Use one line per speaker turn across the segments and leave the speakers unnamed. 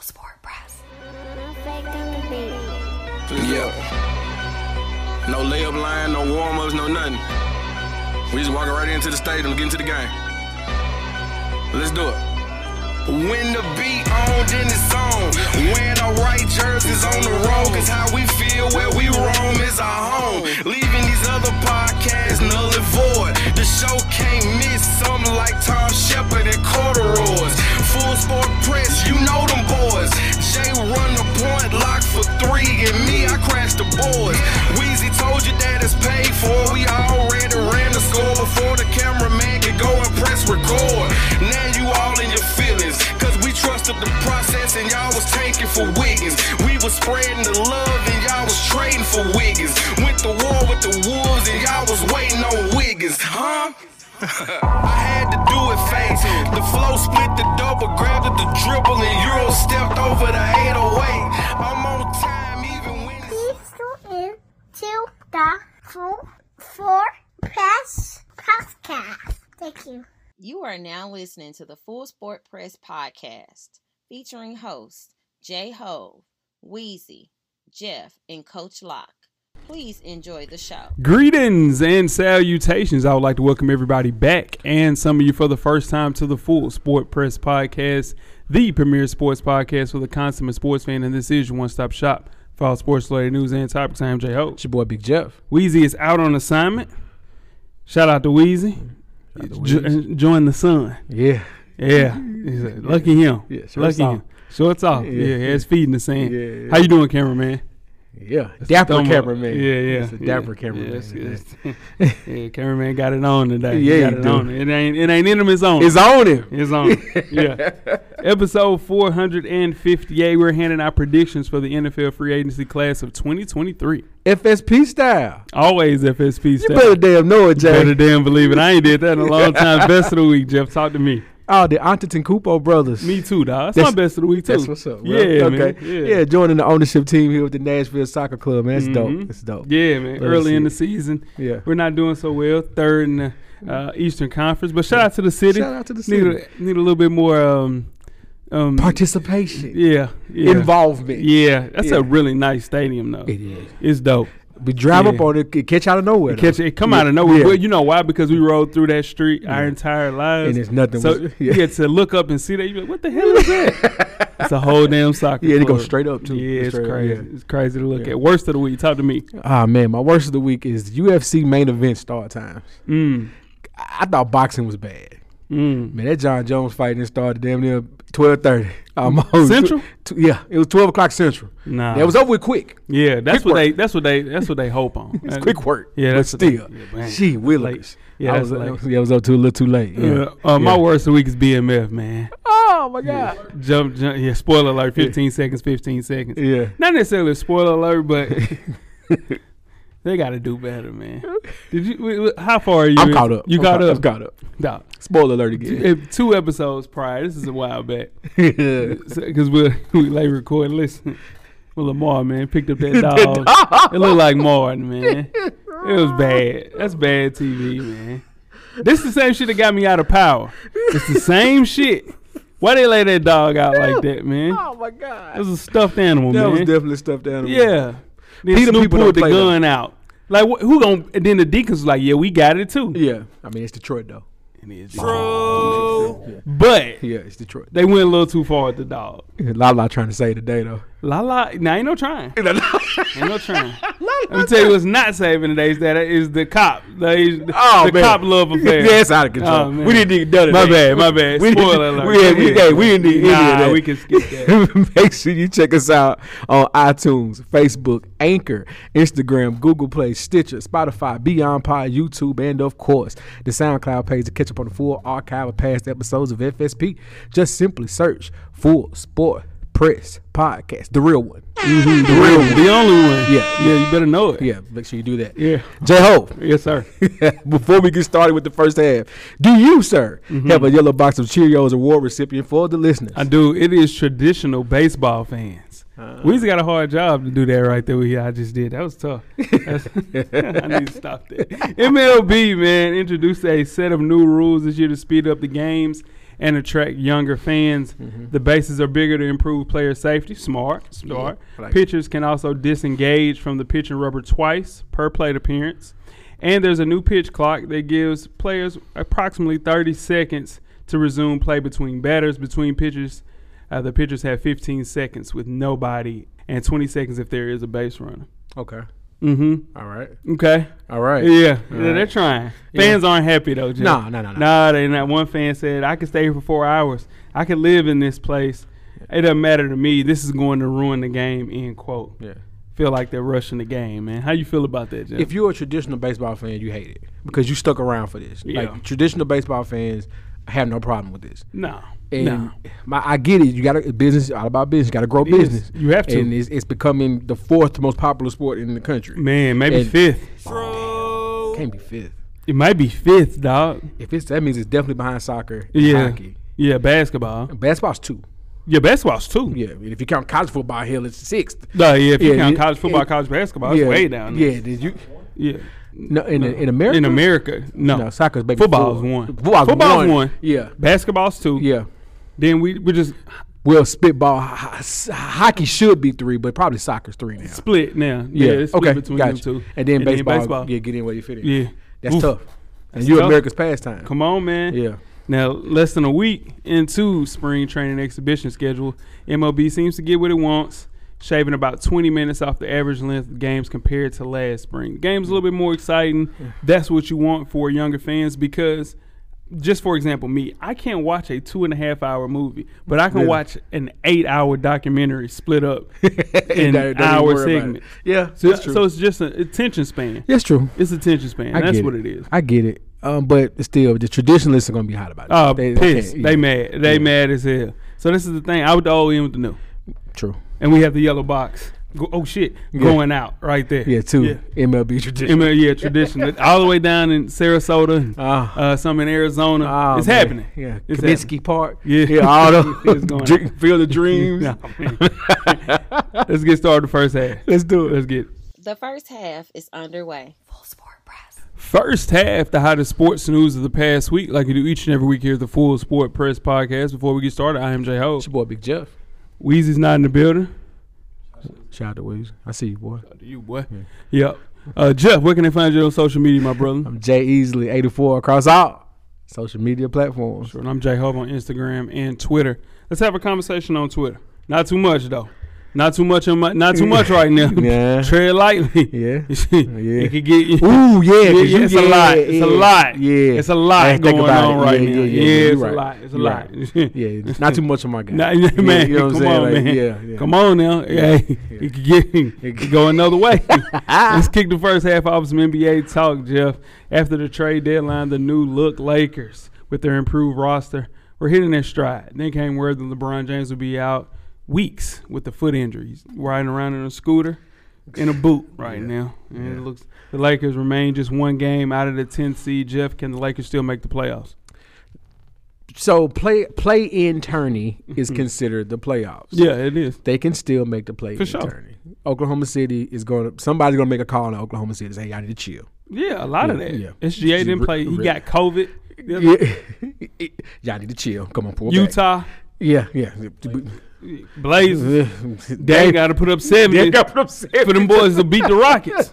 Sport Press.
Yeah. No layup line, no warm ups, no nothing. We just walking right into the stadium, get into the game. Let's do it. When the beat on, then it's on. When the right jerseys on the road, cause how we feel where we roam is our home. Leaving these other podcasts null and void. The show can't miss something like Tom Shepard and corduroys. Full sport press, you know them boys. Jay run the point, lock for three, and me, I crash the boards. Wheezy told you that it's paid for. We already ran the score before the cameraman could go and press record. Now you all in your feelings, cause we trusted the process and y'all was tanking for Wiggins. We was spreading the love and y'all was trading for Wiggins. Went to war with the wolves and y'all was waiting on Wiggins, huh? I had to do it fast. The flow split the double, grabbed at the dribble, and Euro stepped over the 808. I'm on time, even when it's
Please tune in to the Full Four Press Podcast. Thank you.
You are now listening to the Full Sport Press podcast featuring hosts Jay Hove, Wheezy, Jeff, and Coach Locke. Please enjoy the show.
Greetings and salutations. I would like to welcome everybody back and some of you for the first time to the Full Sport Press Podcast, the premier sports podcast for the consummate sports fan. And this is your one stop shop for all sports related news and topics. I am Jay Hope.
It's your boy Big Jeff.
Wheezy is out on assignment. Shout out to Wheezy. Jo- Join the sun.
Yeah.
Yeah. He's a- Lucky him.
Yeah, shirts
Lucky
off.
him. Shorts off. Yeah,
Yeah.
yeah, it's feeding the sand.
Yeah, yeah.
How you doing, cameraman?
Yeah. Dapper
Thumb up.
cameraman.
Yeah, yeah.
It's a
yeah.
dapper
yeah,
cameraman.
that's good. yeah, cameraman got it on today. Yeah,
Yeah, he
got it
do.
on. It ain't it ain't in him, it's on.
It's on him.
It's on. yeah. Episode 458. We're handing out predictions for the NFL free agency class of 2023.
FSP style.
Always FSP
You
style.
better damn know it,
Better
Jay.
damn believe it. I ain't did that in a long time. best of the week, Jeff. Talk to me.
Oh, the Antetokounmpo brothers.
Me too, dog. That's,
That's-
my best of the week too.
That's what's up. bro.
Yeah,
okay.
man. Yeah.
Yeah. joining the ownership team here with the Nashville Soccer Club, man. It's dope. It's dope.
Mm-hmm. Yeah, man.
Let us
Early in the
see.
season,
Yeah.
we're not doing so well. Third in the uh, Eastern Conference, but shout out to the city.
Shout out to the
Need a, need a little bit more. Um, um,
Participation.
yeah, yeah,
Involvement.
Yeah, that's
Yeah.
a really nice stadium, though.
It is.
It's dope.
We drive
Yeah.
up on it, it catch out of nowhere. though.
Catch it come out of
Yeah.
nowhere.
Yeah.
Well, you know why? Because we rode through that street our entire lives,
And there's nothing
So
was-
you
yeah.
get to look up and see that. You be like, what the hell is that? it's a whole damn soccer.
Yeah, they go
club.
straight up, too.
Yeah, it's
Straight up,
crazy.
yeah.
It's crazy to look at. Worst of the week. Talk to me.
Ah man, my worst of the week is UFC main event start times.
Mm.
I I thought boxing was bad.
Mm.
Man, that John Jones fight didn't start damn near twelve thirty. Almost
Central?
Tw- yeah, it was twelve o'clock central.
Nah.
that was over with quick.
Yeah, that's
Quick
what
work.
they. That's what they. That's what they hope on.
It's
Uh,
quick work.
Yeah, that's
but
what they-
still.
yeah, man,
Gee
late.
willikers.
Yeah,
I
that's
was, I
late.
was- yeah, I was up too a little too late. Yeah.
Yeah. Uh, my
Yeah.
worst of the week is BMF, man.
Oh my god.
Jump, jump. Yeah, spoiler alert. Fifteen seconds. Fifteen seconds.
Yeah.
Not necessarily a spoiler alert, but they got to do better, man. Did you? w- w- How far are you?
I'm
in?
caught up.
You
I'm
caught up.
I'm caught up.
Nah.
Spoiler alert again.
If two episodes prior. This is a while back
yeah.
because we we late record. Listen, well, Lamar man picked up that dog. it looked like Martin, man. It was bad. That's bad TV, man. This the same shit that got me out of power. It's the same shit. Why they lay that dog out like that, man?
Oh my god.
It was a stuffed animal,
That
man.
was definitely stuffed animal.
Yeah. Then
Peter
Snoop
people
pulled
don't
the
play though.
gun out. Like wh- who gon' And then the Deacons was like, yeah, we got it too.
Yeah. I mean, it's Detroit though.
But
Yeah, it's Detroit.
they went a little too far with the dog.
Lala trying to say today though.
La la. Now ain't no trying. ain't no trying. Let me tell you what's not saving today is that is the cop. The,
Oh,
the
man.
cop love affair.
Yeah, it's out of control.
Oh, man.
we didn't even done it.
My bad, my bad.
We
Spoiler
didn't,
alert.
We, yeah, we, hey, we didn't need
nah,
any of that.
we can skip that.
Make sure you check us out on iTunes, Facebook, Anchor, Instagram, Google Play, Stitcher, Spotify, Beyond Pod, YouTube, and of course the SoundCloud page to catch up on the full archive of past episodes of FSP. Just simply search Full Sport Press Podcast, the real one.
Mm-hmm. The real one. The only one.
Yeah.
Yeah, you better know it.
Yeah, make sure you do that.
Yeah.
J Ho,
Yes, sir.
Before we get started with the first half, do you, sir, have a yellow box of Cheerios award recipient for the listeners?
Mm-hmm. I do. It is traditional baseball fans. We just got a hard job to do that right there. With you. I just did. That was tough. That's- I need to stop that. MLB man introduced a set of new rules this year to speed up the games and attract younger fans.
Mm-hmm.
The bases are bigger to improve player safety. Smart, smart.
I like it.
Pitchers can also disengage from the pitching rubber twice per plate appearance. And there's a new pitch clock that gives players approximately 30 seconds to resume play between batters, between pitchers. Uh, the pitchers have 15 seconds with nobody and 20 seconds if there is a base runner.
Okay.
Mm-hmm.
All right.
Okay.
All right.
Yeah, yeah,
right.
they're trying. Fans aren't happy though. Jeff.
No, no, no, no.
Nah, they not. One fan said, "I could stay here for four hours. I could live in this place. It doesn't matter to me. This is going to ruin the game." End quote.
Yeah.
Feel like they're rushing the game, man. How you feel about that, Jeff?
If you're a traditional baseball fan, you hate it because you stuck around for this.
Yeah.
Like traditional baseball fans have no problem with this.
no,
And
no.
my, I get it. You got to business. All about business. Got to grow
is.
business.
You have to.
And it's, it's becoming the fourth most popular sport in the country.
Man, maybe
And-
fifth.
Can't be fifth.
It might be fifth, dog.
If it's that means it's definitely behind soccer. and
Yeah,
Hockey.
yeah. Basketball.
Basketball's two.
Yeah, basketball's too.
Yeah. And if you count college football, hell, it's sixth.
No, yeah. If you
Yeah,
count
yeah,
college football,
yeah.
college basketball, it's way down there.
Yeah. Did you?
Yeah.
No. In, in America.
In America, no.
No, soccer's baby.
Football's
four.
one.
Football's, one. Yeah.
Basketball's two.
Yeah.
Then we we just
Well, spitball ho- ho- hockey should be three, but probably soccer's three now.
split now. Yeah, it's split between
gotcha.
them two.
And then baseball, yeah, get in where you fit in.
Yeah.
that's
Oof.
tough. And you're
tough.
America's pastime.
Come on, man.
Yeah,
Now, less than a week into spring training exhibition schedule, MLB seems to get what it wants, shaving about 20 minutes off the average length of games compared to last spring. The game's a little bit more exciting. That's what you want for younger fans because, just for example, me, I can't watch a two and a half hour movie, but I can
Really?
watch an eight hour documentary split up in
Don't- don't even
hour
worry about it.
segments.
Yeah,
So,
that's true.
so it's just an attention span.
that's true.
It's attention span.
I
That's
get
what it is.
I get it. Um, but still, the traditionalists are gonna be hot about it.
Oh, pissed.
pissed.
They mad. They mad as hell. So this is the thing. I would all in with the new,
True.
and we have the yellow box. Go, oh shit, going out right there.
Yeah, two
Yeah.
MLB tradition.
ML, yeah, tradition all the way down in Sarasota, and,
Ah.
uh, some in Arizona.
Oh,
it's
man.
happening.
Yeah,
it's
Kaminsky
happening.
Park.
Yeah.
all
It's
the
going
dream,
out.
field of dreams.
Nah, man. Let's get started. The first half.
Let's do it.
Let's get it.
The first half is underway.
First half, the hottest sports news of the past week, like we do each and every week here at the Full Sport Press Podcast. Before we get started, I am J Ho.
It's your boy Big Jeff.
Weezy's not in the building.
Shout out to Wiz. I see you, boy.
To you, boy. Yep. Uh, Jeff, where can they find you on social media, my brother?
I'm Jay Easley, 84 across all social media platforms.
And I'm Jay Hub on Instagram and Twitter. Let's have a conversation on Twitter. Not too much though. Not too much. On my, not too much right now.
Yeah.
Tread lightly.
Yeah.
it could get. you.
Ooh, yeah, 'cause
yeah,
you-
it's a lot. It's a lot.
Yeah,
It's a lot
I didn't think
going
about
on
it.
right
yeah,
now.
Yeah, yeah,
Yeah,
you
it's a
right.
lot. It's a
You
lot.
right. yeah, it's not too much on my guy.
Nah, yeah, man,
you know what I'm
come
saying?
on,
Like,
man.
Yeah, yeah.
Come on now. Hey, it could get it could go another way. Let's kick the first half off with some NBA talk, Jeff. After the trade deadline, the new look Lakers with their improved roster were hitting their stride. Then came word that LeBron James would be out weeks with the foot injuries, riding around in a scooter in a boot right now. And it looks the Lakers remain just one game out of the 10 seed. Jeff, can the Lakers still make the playoffs?
So play play in tourney
Mm-hmm.
is considered the playoffs.
Yeah, it is.
They can still make the play in
sure.
tourney. Oklahoma City is going to somebody's going to make a call on Oklahoma City. and Say, y'all need to chill.
Yeah, a lot of
Yeah,
that.
yeah.
SGA
Re-
didn't play. He
re-
got COVID. The other
Yeah. y'all need to chill. Come on, pull back.
Utah
Yeah, yeah.
Blazers. They
They
got to put up seventy
They got put up seventy.
for them boys to beat the Rockets.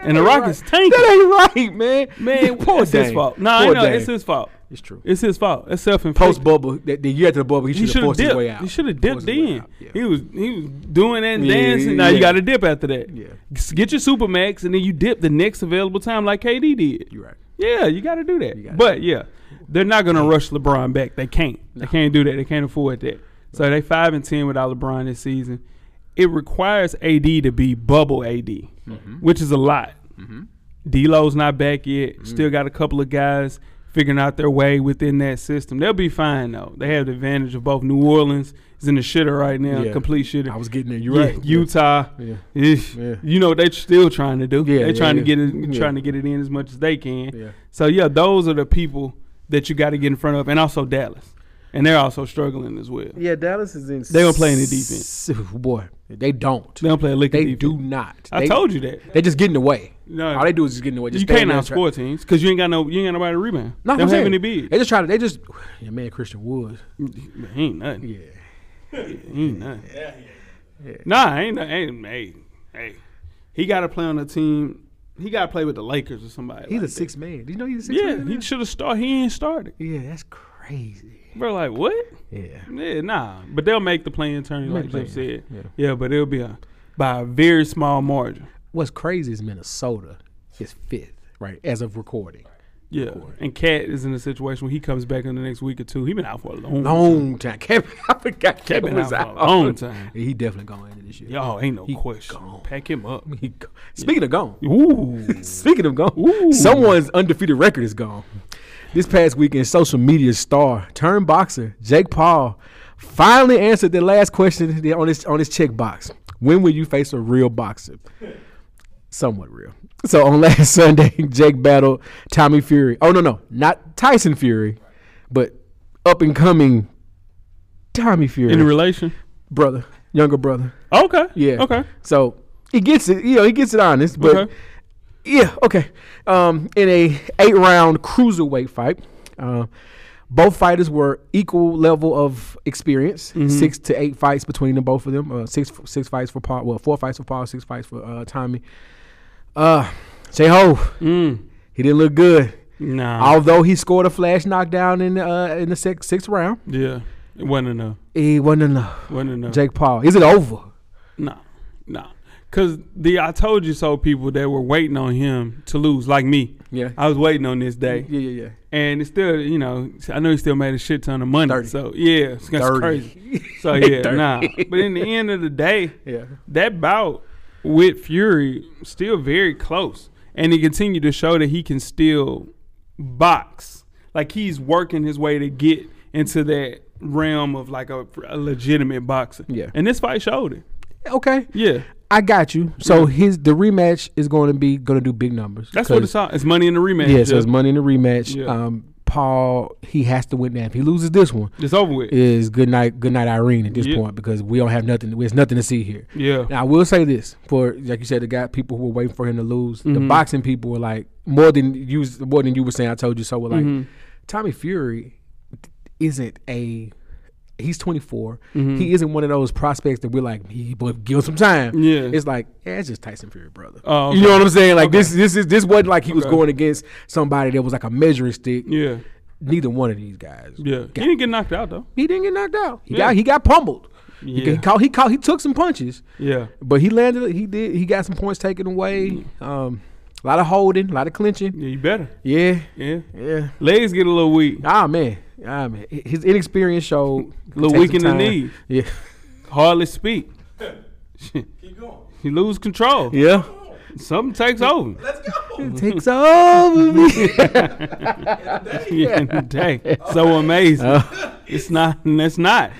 And the Rockets tanking.
That ain't right, man.
Man,
poor
it's his
Dame.
fault. No, I
Poor
know
Dame.
it's his fault.
It's true.
It's his fault. It's self
Post
inflicted.
bubble, the, the year after the bubble, he
He
should
should
have
have
forced his way
dipped.
out.
He should have
Forced
dipped
his way
in.
out, yeah.
He was he was doing that and
Yeah,
dancing. Now you
yeah.
got to dip after that.
Yeah.
S- Get your supermax and then you dip the next available time like KD did.
You're right.
Yeah, you got to do that.
gotta
but yeah, they're not going to rush LeBron back. They can't. They can't do that. They can't afford that. So they five and ten without LeBron this season. It requires AD to be bubble AD,
Mm-hmm.
which is a lot. D'Lo's not back
Mm-hmm.
yet. Still got a couple of guys figuring out their way within that system. They'll be fine though. They have the advantage of both New Orleans is in the shitter right now,
Yeah.
complete shitter.
I was getting there. You're
Yeah,
right.
Utah.
Yeah.
Ish.
Yeah.
You know they're still trying to do.
Yeah,
they're
yeah,
trying
yeah.
to get it,
Yeah.
trying to get it in as much as they can.
Yeah.
So yeah, those are the people that you got to get in front of, and also Dallas. and they're also struggling as well.
Yeah, Dallas is in.
They don't play any defense.
s- boy. They don't.
They don't play a lick of
They
defense.
do not.
I
They-
told you that.
They just getting away.
No.
All they do is just getting away. Just
you can't
stand there and try-
outscore teams because you ain't got no you ain't got nobody to rebound.
No,
they don't
I'm
have
saying,
any big.
They just try to. They just. Yeah, man, Christian Woods.
Ain't nothing.
Yeah.
Ain't nothing. Nah, ain't nothing. Ain't, hey, hey, he got to play on a team. He got to play with the Lakers or somebody.
He's
like
a six man. Did you know he's a
That.
six
Yeah,
man?
he should have started. He ain't started.
Yeah, that's crazy.
Bro, like what?
Yeah.
Yeah, nah. But they'll make the play in turn, like
Make the
Jeff said.
play-in,
Yeah. but it'll be a by a very small margin.
What's crazy is Minnesota is fifth, right, as of recording.
Yeah, and Cat is in a situation where he comes back in the next week or two. He been out for a long,
Long time. Kevin, I forgot Kevin
been
was
out
out.
for a long time.
He definitely gone into this year.
Y'all ain't no
He
question.
gone.
Pack him up.
He go- Speaking of gone,
Ooh,
Speaking of gone,
Ooh.
someone's undefeated record is gone. This past weekend, social media star turned boxer Jake Paul finally answered the last question there on his on his checkbox. When will you face a real boxer? Somewhat real. So on last Sunday, Jake battled Tommy Fury. Oh no, no, not Tyson Fury, but up and coming Tommy Fury,
in relation.
brother, younger brother.
Okay.
Yeah.
Okay.
So he gets it. You know, he gets it honest, but
Okay.
yeah, okay. Um, in a eight round cruiserweight fight, uh, both fighters were equal level of experience. Six to eight fights between the both of them. Uh, six six fights for Paul. Well, four fights for Paul. Six fights for uh, Tommy. Uh, Jay Ho. He didn't look good.
Nah.
Although he scored a flash knockdown in the, uh, in the six, sixth round,
yeah. It wasn't enough.
he wasn't enough.
Wasn't enough.
Jake Paul, is it over?
Nah, nah. Cause the I told you so people that were waiting on him to lose, like me.
Yeah.
I was waiting on this day.
Yeah, yeah, yeah.
And it's still, you know, I know he still made a shit ton of money.
30.
So yeah, it's that's
30.
crazy. So yeah,
30.
nah. But in the end of the day,
Yeah.
that bout with Fury still very close. And he continued to show that he can still box. Like he's working his way to get into that realm of like a, a legitimate boxer.
Yeah.
And this fight showed it.
Okay.
Yeah.
I got you. So his the rematch is going to be going to do big numbers.
That's what it's all. It's money in the rematch.
Yeah, so
Jeff.
it's money in the rematch.
Yeah.
Um, Paul he has to win that. If he loses this one,
It's over with.
is good night, good night Irene at this
Yeah.
point because we don't have nothing. There's nothing to see here.
Yeah.
Now I will say this for like you said, the guy people who were waiting for him to lose, the
Mm-hmm.
boxing people were like more than you more than you were saying. I told you so. Were like
Mm-hmm.
Tommy Fury isn't a. He's 24.
Mm-hmm.
He isn't one of those prospects that we're like, he but give him some time.
Yeah.
it's like, yeah, it's just Tyson Fury, brother.
Oh,
You know
okay.
what I'm saying? Like this, this is this wasn't like he was
Okay.
going against somebody that was like a measuring stick.
Yeah.
Neither one of these guys.
Yeah. He didn't get knocked out though.
He didn't get knocked out. He
Yeah.
got he got pummeled. He,
Yeah.
he caught he caught he took some punches,
Yeah.
but he landed. He did. He got some points taken away. Um, a lot of holding, a lot of clinching.
Yeah. You better.
Yeah,
Yeah.
yeah.
Legs get a little weak.
Ah man, ah man. His inexperience showed.
Little
Take
weak
some
in the
time.
knee.
Yeah,
Hardly speak. Keep going. You lose control.
yeah.
Something takes over.
Takes over me.
yeah. in the day. So amazing.
Oh.
it's not. and That's not.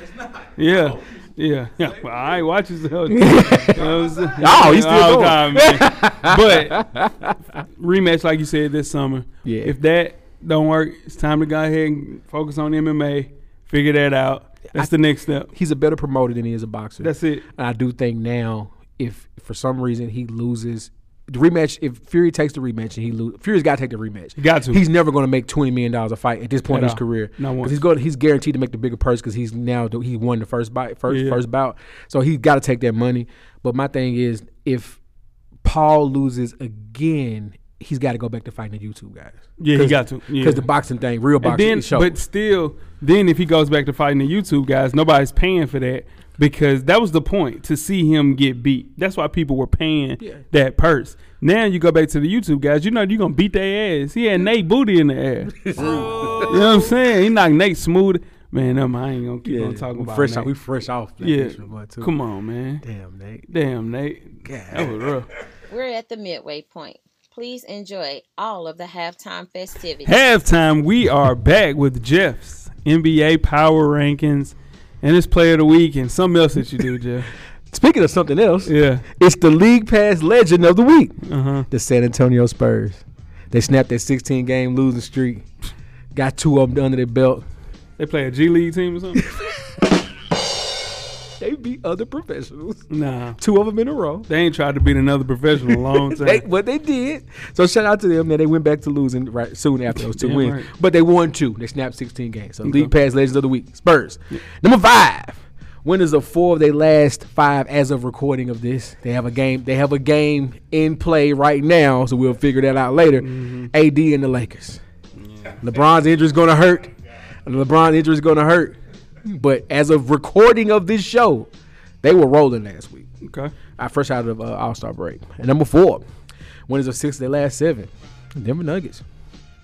Yeah. Yeah. yeah. Well, all right. Watch yourself. You know what I'm saying?
Oh, he's still
God,
going.
man. but rematch, like you said, this summer.
Yeah.
If that don't work, it's time to go ahead and focus on MMA. Figure that out. That's the next step.
He's a better promoter than he is a boxer.
That's it.
And I do think now, if for some reason he loses the rematch, if Fury takes the rematch and he loses, Fury's got to take the rematch. He
got to.
He's never going to make twenty million dollars a fight at this
At
point in his
all.
career.
Not
'Cause
once.
He's going. He's guaranteed to make the bigger purse because he's now the- he won the first bout, first
Yeah.
first bout. So he's got to take that money. But my thing is, if Paul loses again. He's got to go back to fighting the YouTube guys.
Yeah, he got to. Yeah.
Because the boxing thing, real
And
boxing,
then,
is show.
but still, then if he goes back to fighting the YouTube guys, nobody's paying for that because that was the point to see him get beat. That's why people were paying
Yeah.
that purse. Now you go back to the YouTube guys, you know you're gonna beat their ass. He had Nate booty in the ass. you know what I'm saying? He knocked Nate smooth. Man, um, I ain't gonna keep on talking
we
about
fresh
Nate.
off. We fresh off. that
yeah,
picture, but too.
come on, man.
damn Nate.
Damn, Nate. That was rough.
We're at the midway point. Please enjoy all of the halftime festivities.
Halftime, we are back with Jeff's NBA power rankings and it's player of the week and something else that you do, Jeff.
Speaking of something else,
Yeah.
It's the league pass legend of the week.
Uh-huh.
The San Antonio Spurs. They snapped that 16 game losing streak. Got two of them under their belt.
They play a G League team or something?
They beat other professionals.
nah.
Two of them in a row.
They ain't tried to beat another professional in a long time.
They, what they did. So shout out to them. Now they went back to losing right soon after those two
Damn
wins,
right.
but they won two. They snapped 16 games. So league
Okay.
pass legends of the week. Spurs. Number five. Winners of four of their last five as of recording of this. They have a game. They have a game in play right now. So we'll figure that out later.
Mm-hmm.
AD and the Lakers. LeBron's injury is going to hurt. LeBron's injury is going to hurt. But as of recording of this show, they were rolling last week.
okay.
I fresh out of uh, All Star break. And number four, winners of six of their last seven, Denver Nuggets.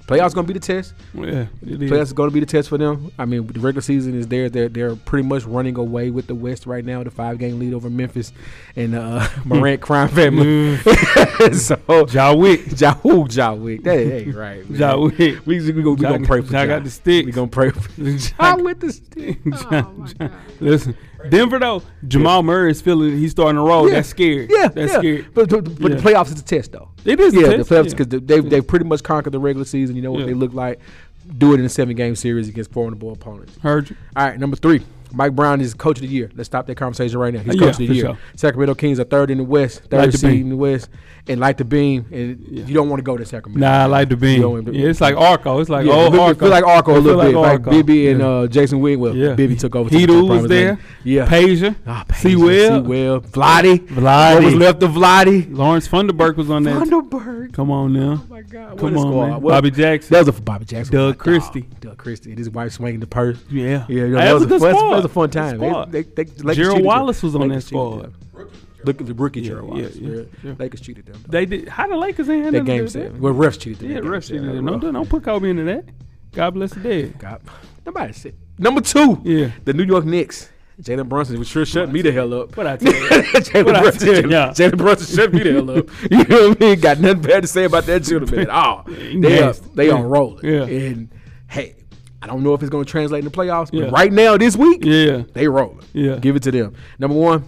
Playoffs gonna be the test.
Well, yeah. It is.
Playoffs is gonna be the test for them. I mean, the regular season is there. They're they're pretty much running away with the West right now. The five game lead over Memphis and uh, Morant
Mm.
crime family. so
Ja Wick.
Ja, ooh, ja Wick. That ain't right. Man.
Ja Wick.
We, we, we, gonna- we
Ja-
gonna pray for
Ja
Ja.
got the sticks.
We gonna pray for Ja
Ja-
with the stick.
Ja- Ja- Listen, Denver though, Jamal Murray is feeling he's starting to roll. That's scary.
Yeah,
that's
yeah.
scary.
But, but, but
Yeah.
the playoffs is a test, though.
It is a
Yeah,
test,
the playoffs
yeah.
because they've they've pretty much conquered the regular season. You know what
Yeah.
they look like. Do it in a seven game series against formidable opponents.
Heard you.
All right, number three. Mike Brown is coach of the year. Let's stop that conversation right now. He's
Uh, Yeah,
coach of
for
the year.
sure.
Sacramento Kings are third in the West, third
Light the
seed
beam.
in the West, and light the beam. And you don't want to go to Sacramento.
Nah, I like the beam.
You don't want to-
Yeah, it's like Arco. It's like
Yeah,
old
it look- it
Arco.
Feel like Arco a
It
little
feel
bit. Like
Arco.
Bibby and
Yeah.
uh, Jason Wing. Well,
Yeah.
Bibby took over.
Hedo was
Promised
there.
Land. Yeah.
Pager.
Ah,
C.
Webb.
Webb.
Vladi.
Vlade.
What was left of Vladi?
Lawrence Funderburk was on that.
Thunderbird.
Come on now.
Oh my God.
Come on, man.
What-
Bobby Jackson.
That was a for Bobby Jackson.
Doug
My dog.
Christie.
Doug Christie. And his wife swinging the purse.
Yeah.
Yeah,
Hey,
that, was, a, fun,
squad.
that was a fun
Good
time.
squad.
They, they, they, Lakers
Gerald
cheated
Wallace was on
Lakers
that
cheated
squad.
them. Look at the rookie Gerald
yeah,
Wallace.
yeah,
Yeah,
yeah.
Lakers cheated them.
They did. How the Lakers ain't had
That
nothing to do
game
with
seven.
that?
Well, refs cheated them.
Yeah,
that game
refs did
seven.
it. Don't, do- don't put Kobe into that. God bless the dead.
God. Nobody said. Number two.
Yeah.
The New York Knicks. Jalen Brunson was sure shut me the hell up.
What I tell you?
Jalen
What I
Brunson,
tell ya?
Jalen- Jalen Brunson shut me the hell up. You know what I mean? Got nothing bad to say about that gentleman at all. They are,
Nasty.
they
Yeah.
on rolling.
Yeah.
And hey, I don't know if it's going to translate in the playoffs, but
Yeah.
right now this week,
Yeah.
they rolling.
Yeah.
Give it to them. Number one.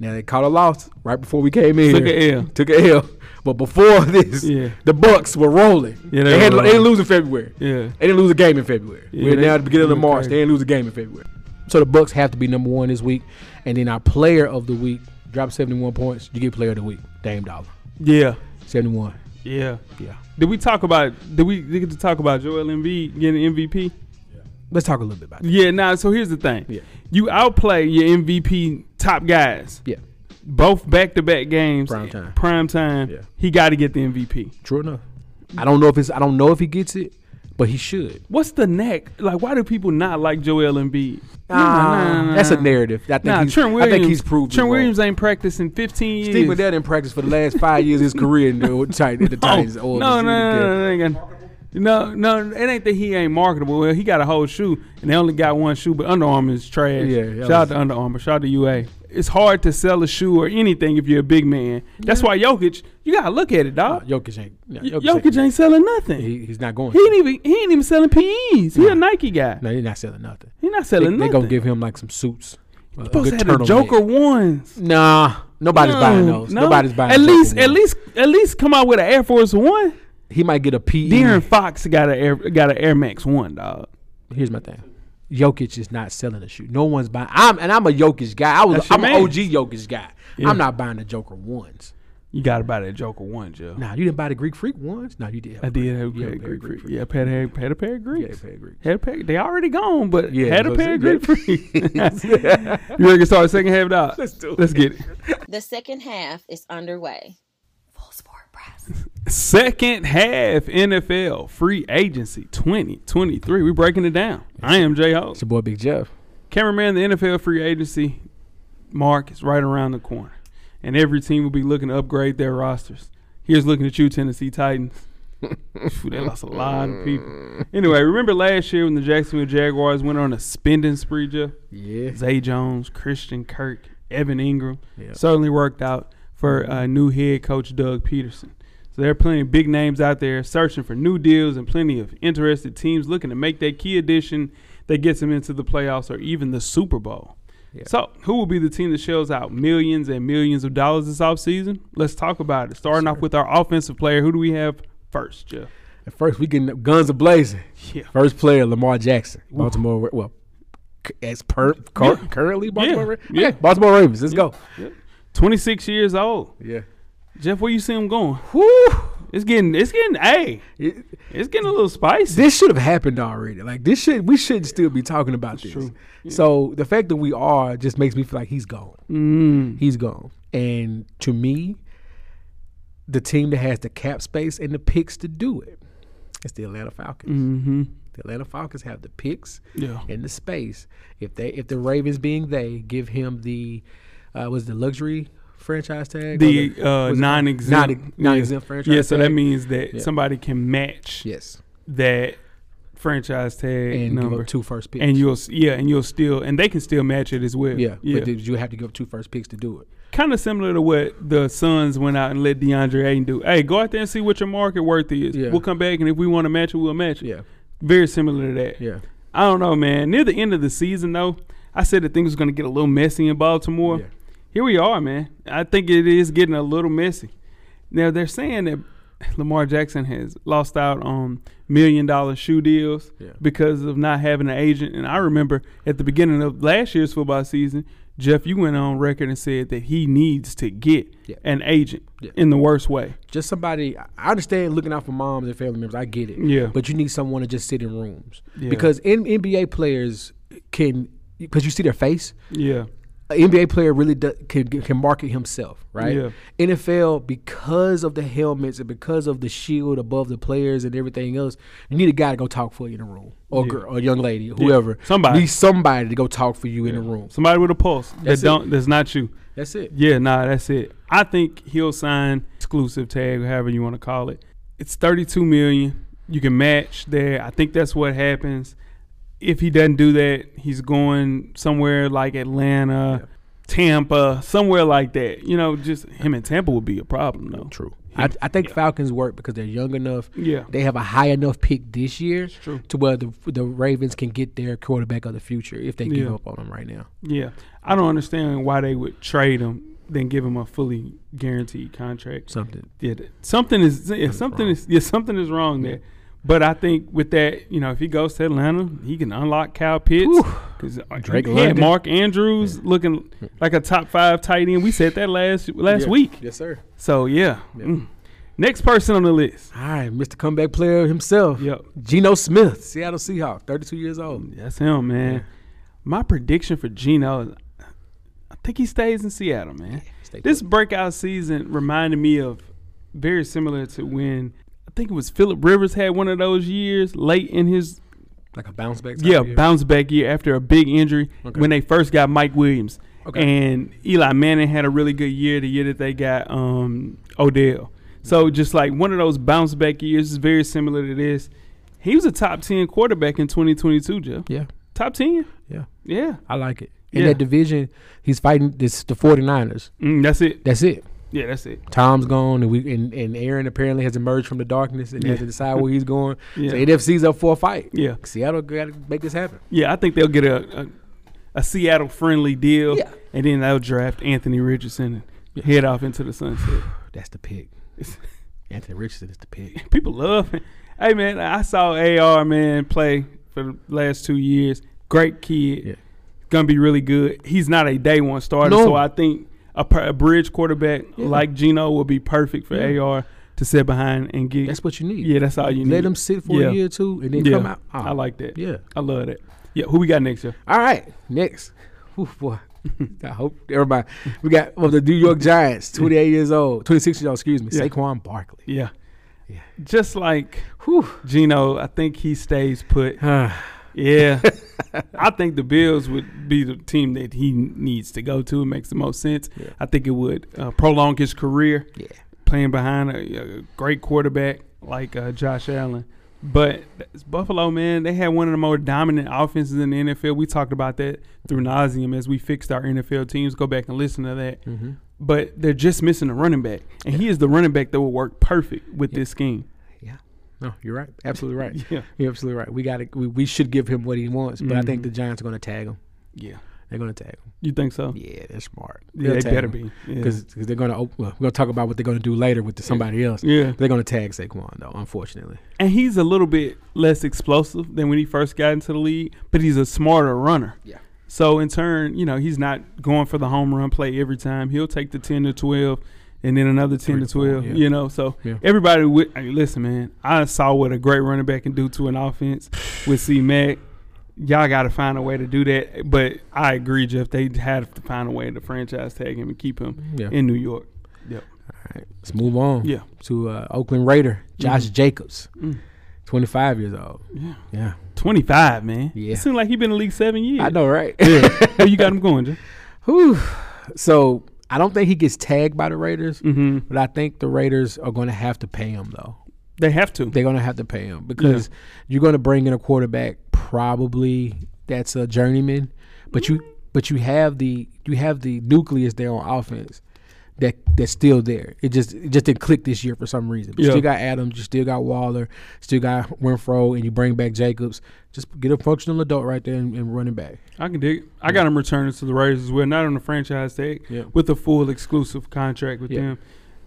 Now they caught a loss right before we came in.
Took
here.
a L.
Took a L. But before this,
Yeah.
the Bucks were rolling.
Yeah,
they,
they
had,
were
they didn't
rolling.
lose in February.
Yeah.
They didn't lose a game in February.
Yeah,
We're
they-
now at the beginning of
they
March.
crazy.
They didn't lose a game in February. So the Bucks have to be number one this week. And then our player of the week drop seventy one points. You get player of the week. Dame Dollar.
Yeah.
Seventy one.
Yeah.
Yeah.
Did we talk about? Did we get to talk about Joel Embiid getting MVP?
Let's talk a little bit about it.
Yeah. Nah. So here's the thing.
Yeah.
You outplay your MVP top guys.
Yeah.
Both back to back games.
Prime time.
Prime time.
Yeah.
He got to get the MVP.
True enough. I don't know if it's I don't know if he gets it, but he should.
What's the neck? Like, why do people not like Joel Embiid?
Ah, That's a narrative. I think,
Nah,
he's,
Trent Williams.
I think he's proved. me
Trent
wrong.
Williams ain't practiced in 15 years.
Steve Adele didn't practice for the last five years of his career in the Titans. The
Oh,
Titans
no, no, no, no, no, no, no, no, it ain't that he ain't marketable. Well, he got a whole shoe, and they only got one shoe. But Under Armour is trash.
Yeah, that
shout out to Under Armour. Shout out to UA. It's hard to sell a shoe or anything if you're a big man. That's why Jokic, you gotta look at it, dog.
Uh, Jokic ain't. no,
Y- Jokic ain't selling nothing. He,
He, he's not going.
ain't even he ain't even selling PEs. He a Nike guy.
no, he's not selling nothing.
He not
They,
selling
they
nothing.
gonna give him like some suits. a- a
supposed
good
to have the
turtleneck.
Joker ones.
Nah, nobody's buying those.
no.
Nobody's buying.
At
Joker
least, at
ones.
least, at least, come out with an Air Force One.
he might get a E. PE.
De'Aaron Fox got an Air got an Air Max One, dog.
Here's my thing. Jokic is not selling a shoe. No one's buying. I'm and I'm a Jokic guy. I was.
That's your
I'm an
man.
OG Jokic guy. I'm not buying the Joker ones.
You got to buy that Joker one, Joe.
Nah, you didn't buy the Greek Freak ones. Nah, you did.
I did have a
Yeah,
pair of
pair of
Greek
Greek
Freak. Yeah, had a, had a pair of Greeks.
pair of Greeks.
Had a pair. They already gone, but
Yeah,
had a
that's
pair of
it.
Greek Freak. you ready to start the second half, dog? Let's do it. Let's get it.
The second half is underway.
Full Sport Press.
Second half NFL free agency 2023. We're breaking it down. I am J Ho.
It's your boy Big Jeff.
Cameraman, the NFL free agency mark is right around the corner, and every team will be looking to upgrade their rosters. Here's looking at you, Tennessee Titans. Phew, they lost a lot of people. Anyway, remember last year when the Jacksonville Jaguars went on a spending spree, Jeff?
Yeah.
Zay Jones, Christian Kirk, Evan Ingram.
Yeah.
Certainly worked out for uh, new head coach Doug Peterson. So there are plenty of big names out there searching for new deals and plenty of interested teams looking to make that key addition that gets them into the playoffs or even the Super Bowl. So, who will be the team that shells out millions and millions of dollars this offseason? Let's talk about it. Starting off with our offensive player, who do we have first, Jeff?
At first, we getting guns a blazing.
Yeah.
First player, Lamar Jackson, Baltimore. Ra- Well, c- as per cur- currently Baltimore. Ra-
Yeah.
Okay, Baltimore Ravens. Let's go.
26 years old.
Yeah.
Jeff, where you see him going?
Whew.
It's getting, it's getting, hey,
It-
it's getting a little spicy.
this should have happened already. Like this should we shouldn't still be talking about this.
true.
So the fact that we are just makes me feel like he's gone.
Mm.
He's gone. And to me, the team that has the cap space and the picks to do it, it's the Atlanta Falcons. The Atlanta Falcons have the picks
Mm-hmm. Yeah.
and the space. If they if the Ravens being they give him the uh, was it the luxury franchise tag Or
The uh,
was it-
non-exempt,
non exempt franchise
Yeah, so that
tag?
means that somebody can match
yes
that franchise tag
and
number
give up two first picks
and you'll s- yeah, and you'll still and they can still match it as well.
Yeah,
yeah.
but did you have to give up two first picks to do it?
kind of similar to what the Suns went out and let DeAndre Ayton do. Hey, go out there and see what your market worth is.
Yeah.
We'll come back and if we want to match it, we'll match it.
Yeah.
Very similar to that.
Yeah.
I don't know, man. Near the end of the season though, I said that things was gonna get a little messy in Baltimore.
Yeah.
Here we are, man. I think it is getting a little messy. Now they're saying that Lamar Jackson has lost out on million dollar shoe deals
Yeah.
because of not having an agent. And I remember at the beginning of last year's football season, Jeff, you went on record and said that he needs to get
Yeah.
an agent
Yeah.
in the worst way.
Just somebody. I I understand looking out for moms and family members. I get it.
Yeah.
But you need someone to just sit in rooms
Yeah.
because N- NBA players can because you see their face.
Yeah.
An NBA player really do, can can market himself, right?
Yeah.
NFL because of the helmets and because of the shield above the players and everything else, you need a guy to go talk for you in a room or a girl or a young lady, whoever.
Somebody.
need somebody to go talk for you in a room.
Somebody with a pulse that
That's it.
don't that's not you.
That's it.
Yeah, nah, that's it. I think he'll sign exclusive tag, or however you want to call it. It's thirty-two million. You can match there. I think that's what happens. If he doesn't do that, he's going somewhere like Atlanta, Tampa, somewhere like that. You know, just him and Tampa would be a problem though.
True. I, I think Falcons work because they're young enough.
Yeah.
They have a high enough pick this year
true.
to where the the Ravens can get their quarterback of the future if they give
Yeah.
up on him right now.
Yeah, I don't understand why they would trade him, then give him a fully guaranteed contract.
Something.
Yeah, th- something is yeah, something is yeah, something is wrong there. But I think with that, you know, if he goes to Atlanta, he can unlock Kyle Pitts because
Drake
Drake yeah,
London.
Mark Andrews looking like a top five tight end. We said that last last week.
Yes, sir.
So yeah, Mm. next person on the list.
All right, Mr. Comeback Player himself.
Yep.
Geno Smith, Seattle Seahawks, 32 years old.
That's him, man. My prediction for Geno is I think he stays in Seattle, man.
stay
this breakout season reminded me of very similar to when I think it was Philip Rivers had one of those years late in his
Like a bounce back. type
yeah,
year.
bounce back year after a big injury when they first got Mike Williams.
Okay.
And Eli Manning had a really good year the year that they got um, Odell. So just like one of those bounce back years is very similar to this. He was a top 10 quarterback in 2022, Jeff.
Yeah.
Top 10?
Yeah.
Yeah.
I like it. In
Yeah.
that division, he's fighting this the 49ers.
Mm, that's it.
That's it.
Yeah, that's it.
Tom's gone, and we and, and Aaron apparently has emerged from the darkness and has to decide where he's going.
Yeah.
So NFC's up for a fight.
Yeah.
Seattle got to make this happen.
Yeah, I think they'll get a a, a Seattle friendly deal.
Yeah.
And then they'll draft Anthony Richardson and head off into the sunset.
That's the pick. Anthony Richardson is the pick.
People love him. Hey man, I saw AR man play for the last two years. Great kid.
Yeah.
Gonna be really good. He's not a day one starter,
No.
so I think a, per- a bridge quarterback like Gino will be perfect for AR to sit behind and get.
That's what you need.
Yeah, that's all you need.
Let him sit for
Yeah.
a year or two and then
yeah.
come out. Oh.
I like that.
Yeah.
I love that. Yeah, who we got next year?
All right, next. Whew, boy. I hope everybody. We got well, the New York Giants, 28 years old, 26 years old, excuse me,
Yeah.
Saquon Barkley.
Yeah. Just like
Whew.
Gino, I think he stays put. Yeah. I think the Bills would be the team that he needs to go to. It makes the most sense. I think it would uh, prolong his career.
Yeah.
Playing behind a, a great quarterback like uh, Josh Allen. But it's Buffalo, man, they had one of the more dominant offenses in the NFL. We talked about that through nauseum as we fixed our NFL teams. Go back and listen to that. But they're just missing a running back. And he is the running back that will work perfect with this scheme.
Yeah. No, you're right. Absolutely right.
Yeah. Mm-hmm.
You're absolutely right. We got to. We, we should give him what he wants, but I think the Giants are going to tag him.
Yeah.
I They're gonna tag him.
You think so?
Yeah, they're smart.
Yeah,
They'll
they
tag
better
him.
be. Yeah.
because they're gonna op- well, we're gonna talk about what they're gonna do later with the, somebody else.
Yeah.
they're gonna tag Saquon though. Unfortunately,
and he's a little bit less explosive than when he first got into the league, but he's a smarter runner.
Yeah.
So in turn, you know, he's not going for the home run play every time. He'll take the ten to twelve, and then another ten
Three
to
to four,
twelve.
yeah.
You know, so
Yeah.
everybody. With, hey, listen, man, I saw what a great running back can do to an offense with C Mac. Y'all got to find a way to do that. But I agree, Jeff. They had to find a way to franchise tag him and keep him
Yeah.
in New York. Yep.
all right, let's move on.
Yeah. Mm-hmm. Mm.
to uh, Oakland Raider Josh Jacobs, twenty five years old.
Yeah.
Yeah,
Twenty five, man.
Yeah.
It seems like he been in the league seven years.
I know, right?
Where you got him going, Jeff?
Whew. So I don't think he gets tagged by the Raiders,
Mm-hmm.
but I think the Raiders are gonna have to pay him though.
They have to.
They're gonna have to pay him because you're gonna bring in a quarterback probably that's a journeyman, but you but you have the you have the nucleus there on offense that that's still there. It just it just didn't click this year for some reason. But You
Yeah.
still got Adams, you still got Waller, still got Winfro, and you bring back Jacobs. Just get a functional adult right there and, and running back.
I can dig it. I got him returning to the Raiders as well, not on the franchise tag,
Yeah.
with a full exclusive contract with
Yeah.
them.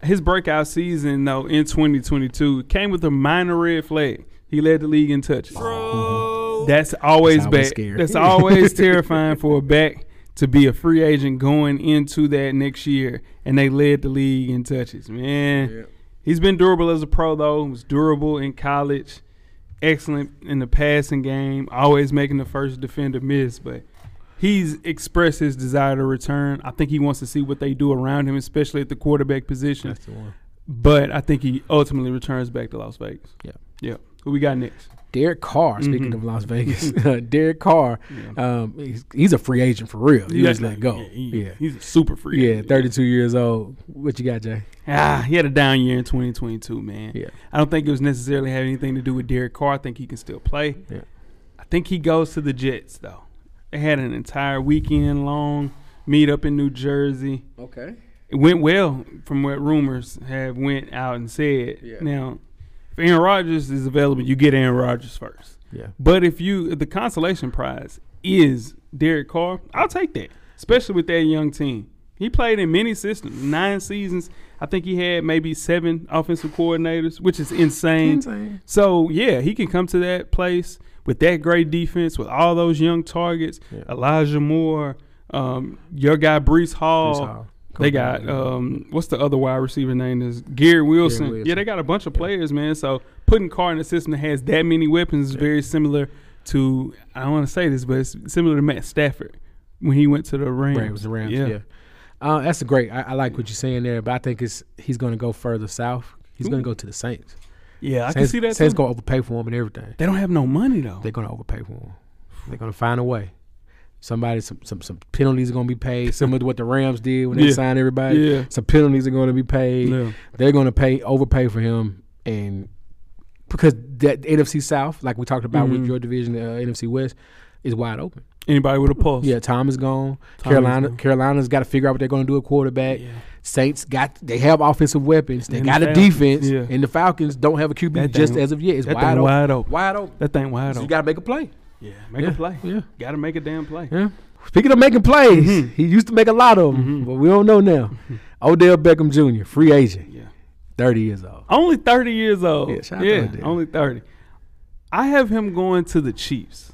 His breakout season, though, in 2022, came with a minor red flag. He led the league in touches. That's always
That's always
bad.
scary.
That's always terrifying for a back to be a free agent going into that next year, and they led the league in touches. Man, he's been durable as a pro though. He was durable in college, excellent in the passing game, always making the first defender miss. But he's expressed his desire to return. I think he wants to see what they do around him, especially at the quarterback position.
the one.
But I think he ultimately returns back to Las Vegas.
Yeah.
Yeah. Who we got next?
Derek Carr,
Mm-hmm.
speaking of Las Vegas, Derek Carr, um, he's, he's a free agent for real. He was let go.
Yeah,
Yeah,
he-
yeah.
He's a super free. agent.
32 years old. What you got, Jay?
Ah, he had a down year in 2022, man.
Yeah.
I don't think it was necessarily having anything to do with Derek Carr. I think he can still play.
Yeah.
I think he goes to the Jets though. They had an entire weekend long meet up in New Jersey.
Okay.
It went well from what rumors have went out and said.
Yeah.
Now, if Aaron Rodgers is available, you get Aaron Rodgers first.
Yeah.
But if you the consolation prize is Derek Carr, I'll take that. Especially with that young team. He played in many systems, nine seasons. I think he had maybe seven offensive coordinators, which is insane.
Insane.
So yeah, he can come to that place with that great defense, with all those young targets, Elijah Moore, um, your guy Brees Hall.
Brees Hall.
They got um, what's the other wide receiver name? Is Gary Wilson.
Gary Wilson.
Yeah, they got a bunch of players, man. So putting Carr in a system that has that many weapons is very similar to I don't want to say this, but it's similar to Matt Stafford when he went to the Rams.
Rams, the Rams. Yeah. Uh, that's a great. I, I like what you're saying there, but I think it's he's going to go further south. He's going to go to the Saints.
Yeah, I can
Saints,
see that.
Saints
too.
going to overpay for him and everything.
They don't have no money though.
They're going to overpay for him. They're going to find a way. Somebody, some some, some penalties are going to be paid, similar to what the Rams did when they
Yeah.
signed everybody.
Yeah.
Some penalties are going to be paid.
Yeah.
They're going to pay overpay for him, and because that NFC South, like we talked about
Mm-hmm.
with your division, uh, NFC West, is wide open.
Anybody with a pulse?
Yeah, Tom is gone. Carolina,
gone.
Carolina's got to figure out what they're going to do at quarterback.
Yeah.
Saints got they have offensive weapons. They
And the
got a
Falcons,
defense,
yeah.
and the Falcons don't have a QB
That
just
thing-
as of yet. It's
that
wide
thing
open.
wide open.
Wide open.
That thing wide
So you
open.
got to make a play.
yeah, make
Yeah,
a play.
yeah.
got to make a damn play.
Yeah. Speaking of making plays,
Mm-hmm.
he used to make a lot of them, but we don't know now. Odell Beckham Jr., free agent,
Yeah.
thirty years old.
Only 30 years old.
Yeah,
Yeah,
shout out to Odell.
only 30. I have him going to the Chiefs.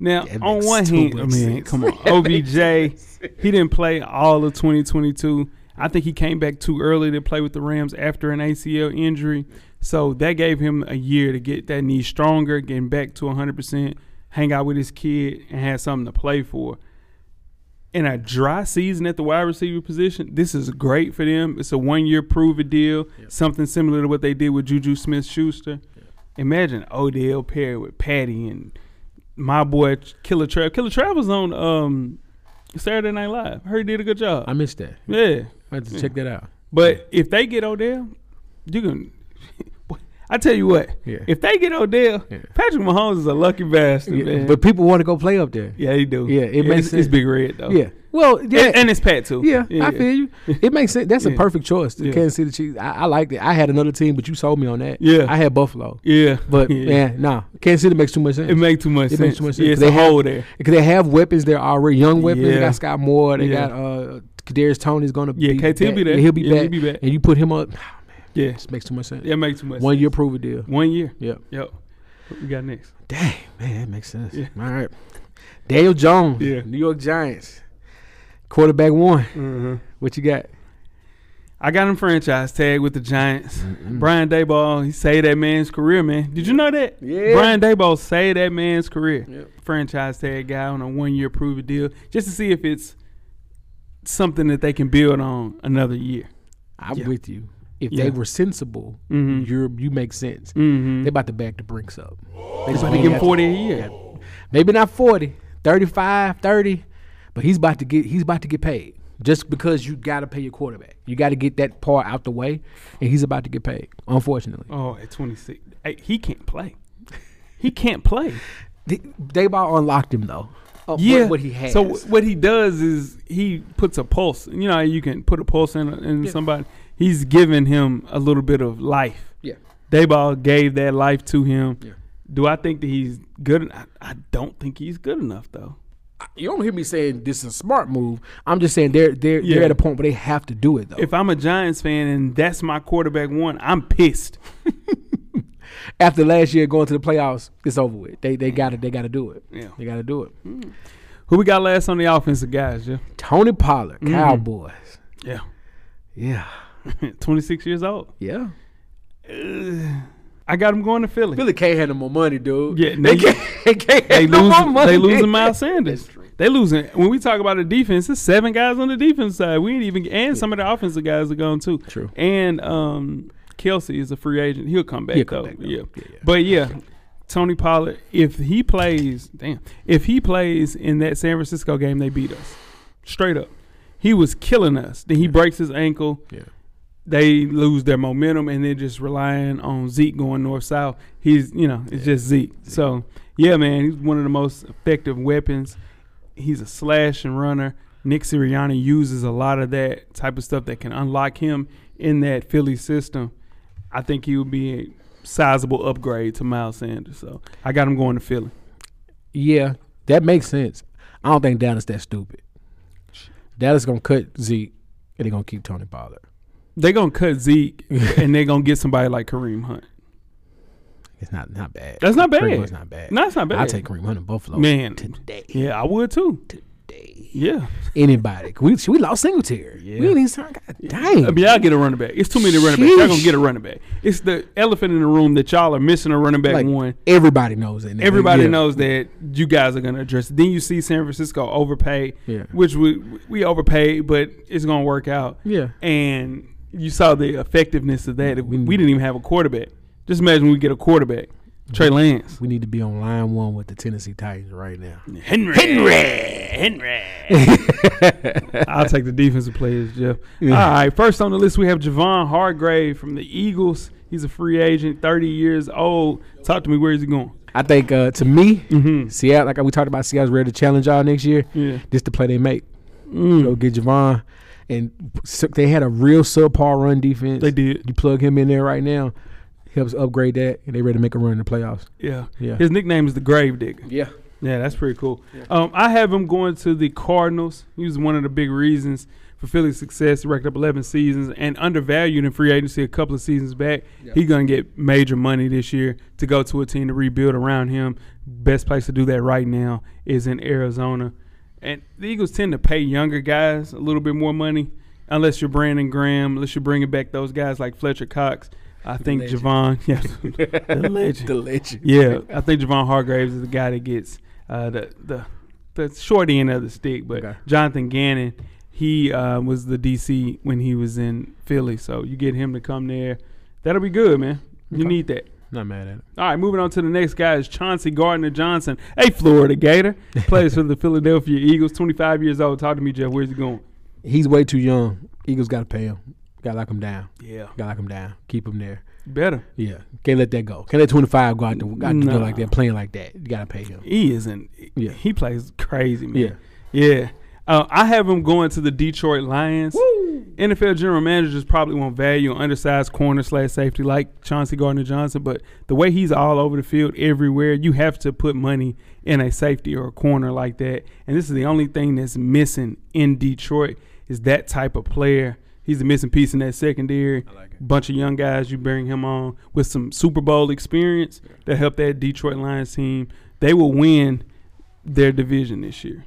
Now,
That
on
makes
one
too
hand,
much
I mean,
sense.
come on, OBJ, he didn't play all of 2022. I think he came back too early to play with the Rams after an ACL injury. So that gave him a year to get that knee stronger, getting back to 100%, hang out with his kid, and have something to play for in a dry season at the wide receiver position, this is great for them. It's a one year prove it deal, something similar to what they did with Juju Smith Schuster. Imagine Odell paired with Patty and my boy Ch- Killer Trav. Killer Trav was on um, Saturday Night Live. I heard he did a good job.
I missed that.
yeah.
I have to check that out.
But if they get Odell, you can. I tell you what,
Yeah.
if they get Odell,
Yeah.
Patrick Mahomes is a lucky bastard,
Yeah,
man.
but people want to go play up there.
yeah, he do.
Yeah, it
It's-
makes sense.
It's big red though.
Yeah. Well, yeah,
and, and it's Pat too.
yeah, I feel you. It makes sense. That's a
Yeah.
perfect choice. The
Yeah.
Kansas City Chiefs. I, I like that. I had another team, but you sold me on that.
Yeah.
I had Buffalo.
Yeah,
But
yeah.
man, nah, Kansas City makes too much sense.
it make too much
It
sense.
makes too much sense.
Yeah, it's
They
a
have-
hole there.
Because they have weapons there already, young weapons. They
Yeah.
got Scott Moore. They
Yeah.
got uh, Kadarius Tony's going to
Yeah,
be
KT will
back.
be there.
Yeah, he'll be
Yeah,
back.
he'll be back.
And you put him up. ah, man,
Yeah,
this makes too much sense.
yeah, it makes too much.
One
sense.
year prove a deal.
one year.
Yeah.
Yep. What we got next?
Dang, man, that makes sense.
Yeah.
All right. Daniel Jones,
Yeah.
New York Giants. Quarterback one.
Mm-hmm.
What you got?
I got him franchise tag with the Giants. Brian Dayball, he saved that man's career, man. Did you know that?
Yeah.
Brian Dayball saved that man's career.
Yep.
Franchise tag guy on a one year prove it deal just to see if it's something that they can build on another year.
I'm
Yeah.
with you. If
Yeah.
they were sensible,
Mhm.
you're you make sense.
Mm-hmm.
They're about to back the brinks up. They
He's
just
about
really
to give him
have to-
40 a year.
Maybe not 40, 35, 30, but he's about to get he's about to get paid. Just because you gotta pay your quarterback. You gotta get that part out the way, and he's about to get paid, unfortunately.
Oh, at 26. Hey, he can't play. He can't play.
Th- Dayball unlocked him though. Oh, what-
yeah.
what, he has.
So wh- what he does is he puts a pulse. You know, how you can put a pulse in, in somebody. He's giving him a little bit of life.
yeah.
Dayball gave that life to him.
Yeah.
Do I think that he's good? I, I don't think he's good enough though.
You don't hear me saying this is a smart move. I'm just saying they're they're
Yeah.
they're at a point where they have to do it though.
If I'm a Giants fan and that's my quarterback one, I'm pissed.
After last year going to the playoffs, it's over with. They they got to they got to do it.
Yeah.
They got to do it.
Who we got last on the offensive guys? Yeah,
Tony Pollard,
Mm-hmm.
Cowboys.
yeah.
Yeah.
26 years old.
Yeah.
I got him going to Philly.
Philly can't handle more money, dude.
Yeah,
they,
they-
can't. They can't
They
handle more
losing.
money.
They losing Miles Sanders. They losing. When we talk about the defense, there's seven guys on the defense side. We ain't even and some of the offensive guys are gone too.
True.
And um, Kelsey is a free agent. He'll come back
He'll come
though.
back, though.
yeah.
Yeah, yeah.
But yeah, Tony Pollard. If he plays, damn. If he plays in that San Francisco game, they beat us straight up. He was killing us. Then he breaks his ankle.
Yeah.
They lose their momentum and they're just relying on Zeke going north south. He's you know it's just Zeke. So yeah, man, he's one of the most effective weapons. He's a slash and runner. Nick Sirianni uses a lot of that type of stuff that can unlock him in that Philly system. I think he would be a sizable upgrade to Miles Sanders. So I got him going to Philly.
Yeah, that makes sense. I don't think Dallas that stupid. Dallas gonna cut Zeke and they gonna keep Tony Pollard.
They're gonna cut Zeke and they're gonna get somebody like Kareem Hunt.
It's not not bad.
That's not
Kareem
bad.
Hunt's not bad.
No, it's not bad.
I take Kareem Hunt in Buffalo.
Man.
today.
Yeah, I would too.
Today.
Yeah.
Anybody? We we lost Singletary. Yeah. We didn't even sign. God dang.
I mean, y'all get a running back. It's too many running backs. Y'all gonna
Sheesh.
get a running back. It's the elephant in the room that y'all are missing a running back
like
one.
everybody knows that. nigga.
Everybody
Yeah.
knows that you guys are gonna address. it. Then you see San Francisco overpay,
Yeah.
which we we overpaid, but it's gonna work out.
Yeah.
and you saw the effectiveness of that. If we,
We-
we didn't even have a quarterback. Just imagine we get a quarterback, Trey Lance,
We need to be on line one with the Tennessee Titans right now.
Henry, Henry, Henry. I'll take the defensive players, Jeff. All
Ah.
right, first on the list we have Javon Hargrave from the Eagles. He's a free agent, thirty years old. Talk to me, where is he going?
I think uh, to me, Seattle, like we talked about, Seattle's ready to challenge y'all next year.
Mm-hmm. Yeah. Mm.
This the play they make. Go get Javon. And so- they had a real subpar run defense.
They did.
You plug him in there right now, helps upgrade that, and they ready to make a run in the playoffs.
Yeah,
Yeah.
His nickname is the Grave Digger.
Yeah.
Yeah, that's pretty cool. Um, I have him going to the Cardinals. He was one of the big reasons for Philly's success. He racked up 11 seasons and undervalued in free agency a couple of seasons back. He going to get major money this year to go to a team to rebuild around him. Best place to do that right now is in Arizona. And the Eagles tend to pay younger guys a little bit more money, unless you're Brandon Graham, unless you're bringing back those guys like Fletcher Cox. I think
legend.
Javon, yeah, the legend.
The legend.
Yeah, I think Javon Hargraves is the guy that gets uh, the the the short end of the stick. But
Okay.
Jonathan Gannon, he uh, was the DC when he was in Philly, so you get him to come there. That'll be good, man. You need that.
Not mad at it.
All right, moving on to the next guy is Chauncey Gardner Johnson, a Florida Gator, plays for the Philadelphia Eagles, 25 years old. Talk to me, Jeff. Where's he going?
He's way too young. Eagles got to pay him. Gotta lock them down.
Yeah.
Gotta lock them down. Keep them there.
Better.
Yeah. Can't let that go. Can't let 25 go out the, out the door
Nah.
like that, playing like that. You gotta pay him.
He isn't.
Yeah.
He plays crazy, man. Yeah. Yeah. Uh, I have him going to the Detroit Lions. NFL general managers probably won't value an undersized corner slash safety like Chauncey Gardner Johnson, but the way he's all over the field everywhere, you have to put money in a safety or a corner like that. And this is the only thing that's missing in Detroit is that type of player. He's the missing piece in that secondary. Bunch of young guys you bring him on with some Super Bowl experience that help that Detroit Lions team. They will win their division this year.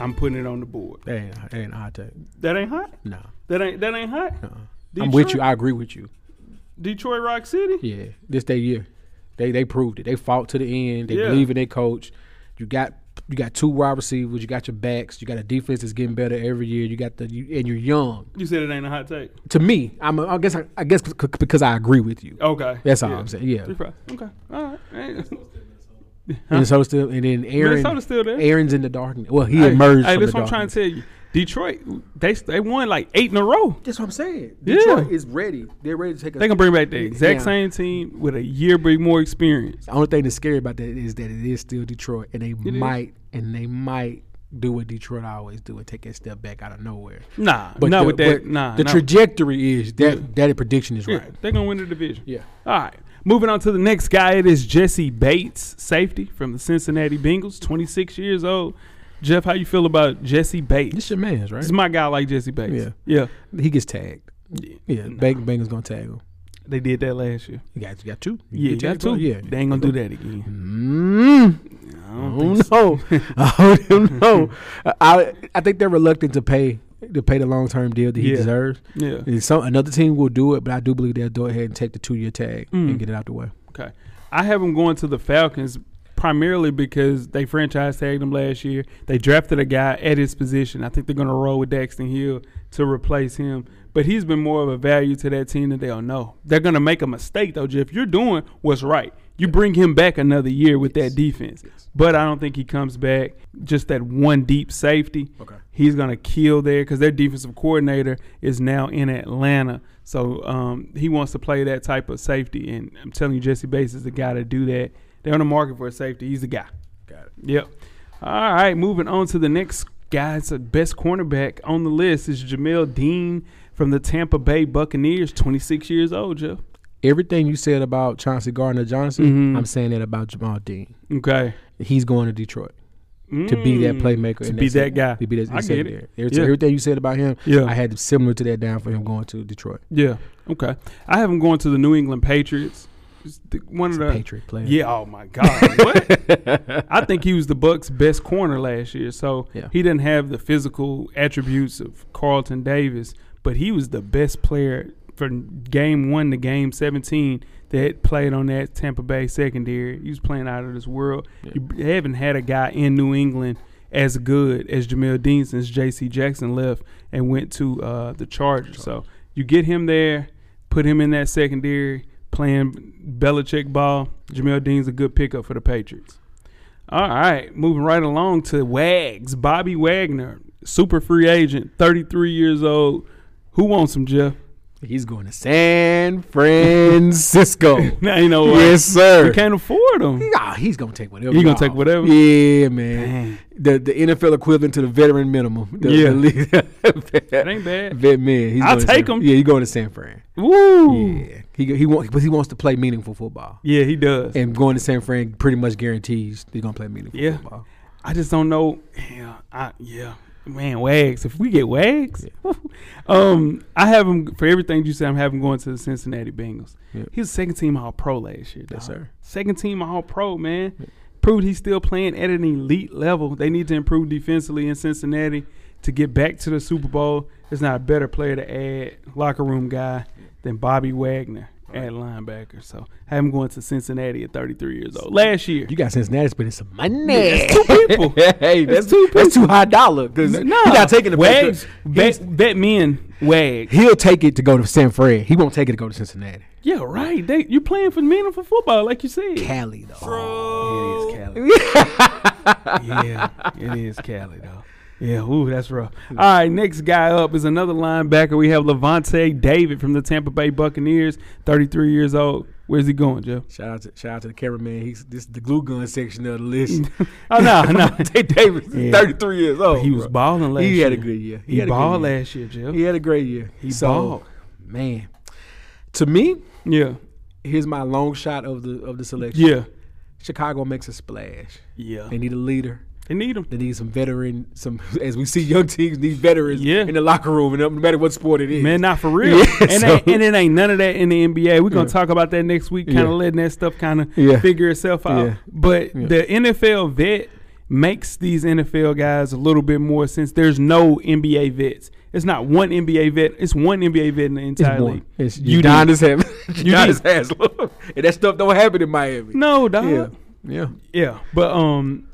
I'm putting it on the board.
That ain't, that ain't a hot take.
That ain't hot.
No.
That ain't that ain't hot.
Uh-uh. I'm with you.
Detroit?
I agree with you.
Detroit Rock City.
Yeah. This their year. They they proved it. They fought to the end. They
Yeah.
believe in their coach. You got you got two wide receivers. You got your backs. You got a defense that's getting better every year. You got the you, and you're young.
You said it ain't a hot take.
To me, I'm a, I guess I, I guess c- c- because I agree with you.
Okay.
That's all
Oh, Yeah.
I'm saying. Yeah.
You're probably- Okay. All right. Ain't-
Minnesota still and then Aaron
Minnesota's still there.
Aaron's in the darkness. Well, he
Hey,
emerged
Hey,
from the
that's what I'm trying
darkness.
to tell you. Detroit, they they won like eight in a row.
That's what I'm saying.
Yeah.
Detroit is ready. They're ready to take a
They can bring back the exact
Yeah.
same team with a year bit more experience.
The only thing that's scary about that is that it is still Detroit, and they might and they might do what Detroit always do and take a step back out of nowhere.
Nah, not
the,
with that.
but
nah,
the
not-
trajectory is that that prediction is
yeah,
right.
they're gonna win the division.
Yeah.
All right. Moving on to the next guy, it is Jesse Bates, safety from the Cincinnati Bengals, 26 years old. Jeff, how you feel about Jesse Bates?
This your man's right.
This is my guy, I like Jesse Bates.
Yeah.
Yeah.
he gets tagged.
Yeah.
Yeah, Bang Bang is gonna tag him.
They did that last year.
You got you got two.
Yeah,
get
that
tagged, bro.
too.
Yeah,
They ain't gonna do that again.
Mm. Oh no! Oh no! I I think they're reluctant to pay to pay the long term deal that he
Yeah.
deserves.
Yeah.
And Some another team will do it, but I do believe they'll go ahead and take the two year tag
Mm.
and get it out the way.
Okay. I have him going to the Falcons primarily because they franchise tagged him last year. They drafted a guy at his position. I think they're going to roll with Daxton Hill to replace him. But he's been more of a value to that team than they'll know. They're going to make a mistake, though, Jeff. You're doing what's right. You bring him back another year with that defense. But I don't think he comes back just that one deep safety.
Okay.
He's going to kill there because their defensive coordinator is now in Atlanta. So um, he wants to play that type of safety. And I'm telling you, Jesse Bates is the guy to do that. They're on the market for a safety. He's the guy.
Got it.
Yep. All right, moving on to the next guy. It's the best cornerback on the list is Jamel Dean from the Tampa Bay Buccaneers, 26 years old, Jeff.
Everything you said about Chauncey Gardner Johnson,
Mm-hmm.
I'm saying that about Jamal Dean.
Okay.
He's going to Detroit to be that
Mm.
playmaker,
To
in
be that
sec-
guy.
to be that
I get
secondary.
it.
Every-
Yeah.
Everything you said about him,
Yeah.
I had similar to that down for him going to Detroit.
Yeah. Okay. I have him going to the New England Patriots. It's the- one of the
Patriot player.
Yeah. Oh my God. What? I think he was the Bucks' best corner last year. So
Yeah.
he didn't have the physical attributes of Carlton Davis, but he was the best player from game one to game seventeen that played on that Tampa Bay secondary. He was playing out of this world. You haven't had a guy in New England as good as Jamel Dean since J.C. Jackson left and went to uh, the Chargers. So you get him there, put him in that secondary playing Belichick ball. Jamel Dean's a good pickup for the Patriots. All right, moving right along to Wags, Bobby Wagner, super free agent, 33 years old. Who wants him, Jeff?
He's going to San Francisco.
Now you know
yes, sir.
We can't afford him.
Nah, he's gonna take whatever.
He gonna
y'all.
take whatever?
Yeah, man. The the NFL equivalent to the veteran minimum. The,
Yeah.
the league-
That ain't bad.
vet man. He's
I'll
going to San-
take him.
Yeah, he's going to San Fran.
Woo. Yeah.
Yeah, he he wants, but he wants to play meaningful football.
he does.
And going to San Fran pretty much guarantees he's gonna play meaningful
Yeah.
football.
I just don't know. Yeah, I, yeah. Man, Wags. If we get Wags, um, I have him for everything you said. I'm having going to the Cincinnati Bengals.
Yeah.
He was second team All Pro last year.
Yes,
dog.
sir.
Second team All Pro, man. Proved he's still playing at an elite level. They need to improve defensively in Cincinnati to get back to the Super Bowl. There's not a better player to add locker room guy than Bobby Wagner at linebacker. So I have him going to Cincinnati at 33 years old. Last year,
You got Cincinnati spending some money.
two people.
hey, that's,
two
that's too high dollar because
No,
he not taking the pay
wags.
cut.
Bet, bet men wags.
He'll take it to go to San Fran. He won't take it to go to Cincinnati.
Yeah, right. They, you're playing for meaningful football, like you said.
Oh, Cali though.
It is Cali. yeah, it is Cali though. Yeah, ooh, that's rough. All right, next guy up is another linebacker. We have Levante David from the Tampa Bay Buccaneers, 33 years old. Where's he going, Jeff?
Shout out to shout out to the cameraman. He's this is the glue gun section of the list.
Oh no, no.
Tate Davis, is
Yeah.
33 years old.
He was
bro.
balling last
He
year.
had a good year.
He,
had a good
balled
year.
last year, Jeff.
He had a great year.
He
So,
balled.
man. To me,
Yeah,
here's my long shot of the of the selection.
yeah,
Chicago makes a splash.
yeah.
They need a leader.
They need him.
They need some veteran. Some as we see young teams need veterans
Yeah.
in the locker room, and no matter what sport it is.
Man, not for real.
Yeah,
and,
so-
they- and it ain't none of that in the NBA. We're gonna talk about that next week, kind of
Yeah.
letting that stuff kind of
Yeah.
figure itself out.
Yeah.
But
Yeah.
the NFL vet makes these NFL guys a little bit more since there's no NBA vets. It's not one NBA vet. It's one NBA vet in the
it's
entire
one.
league.
It's
You
Udonis Ham.
did.
Udonis Haslam, and that stuff don't happen in Miami.
No, uh-huh. dog.
Yeah.
Yeah.
Yeah.
but um,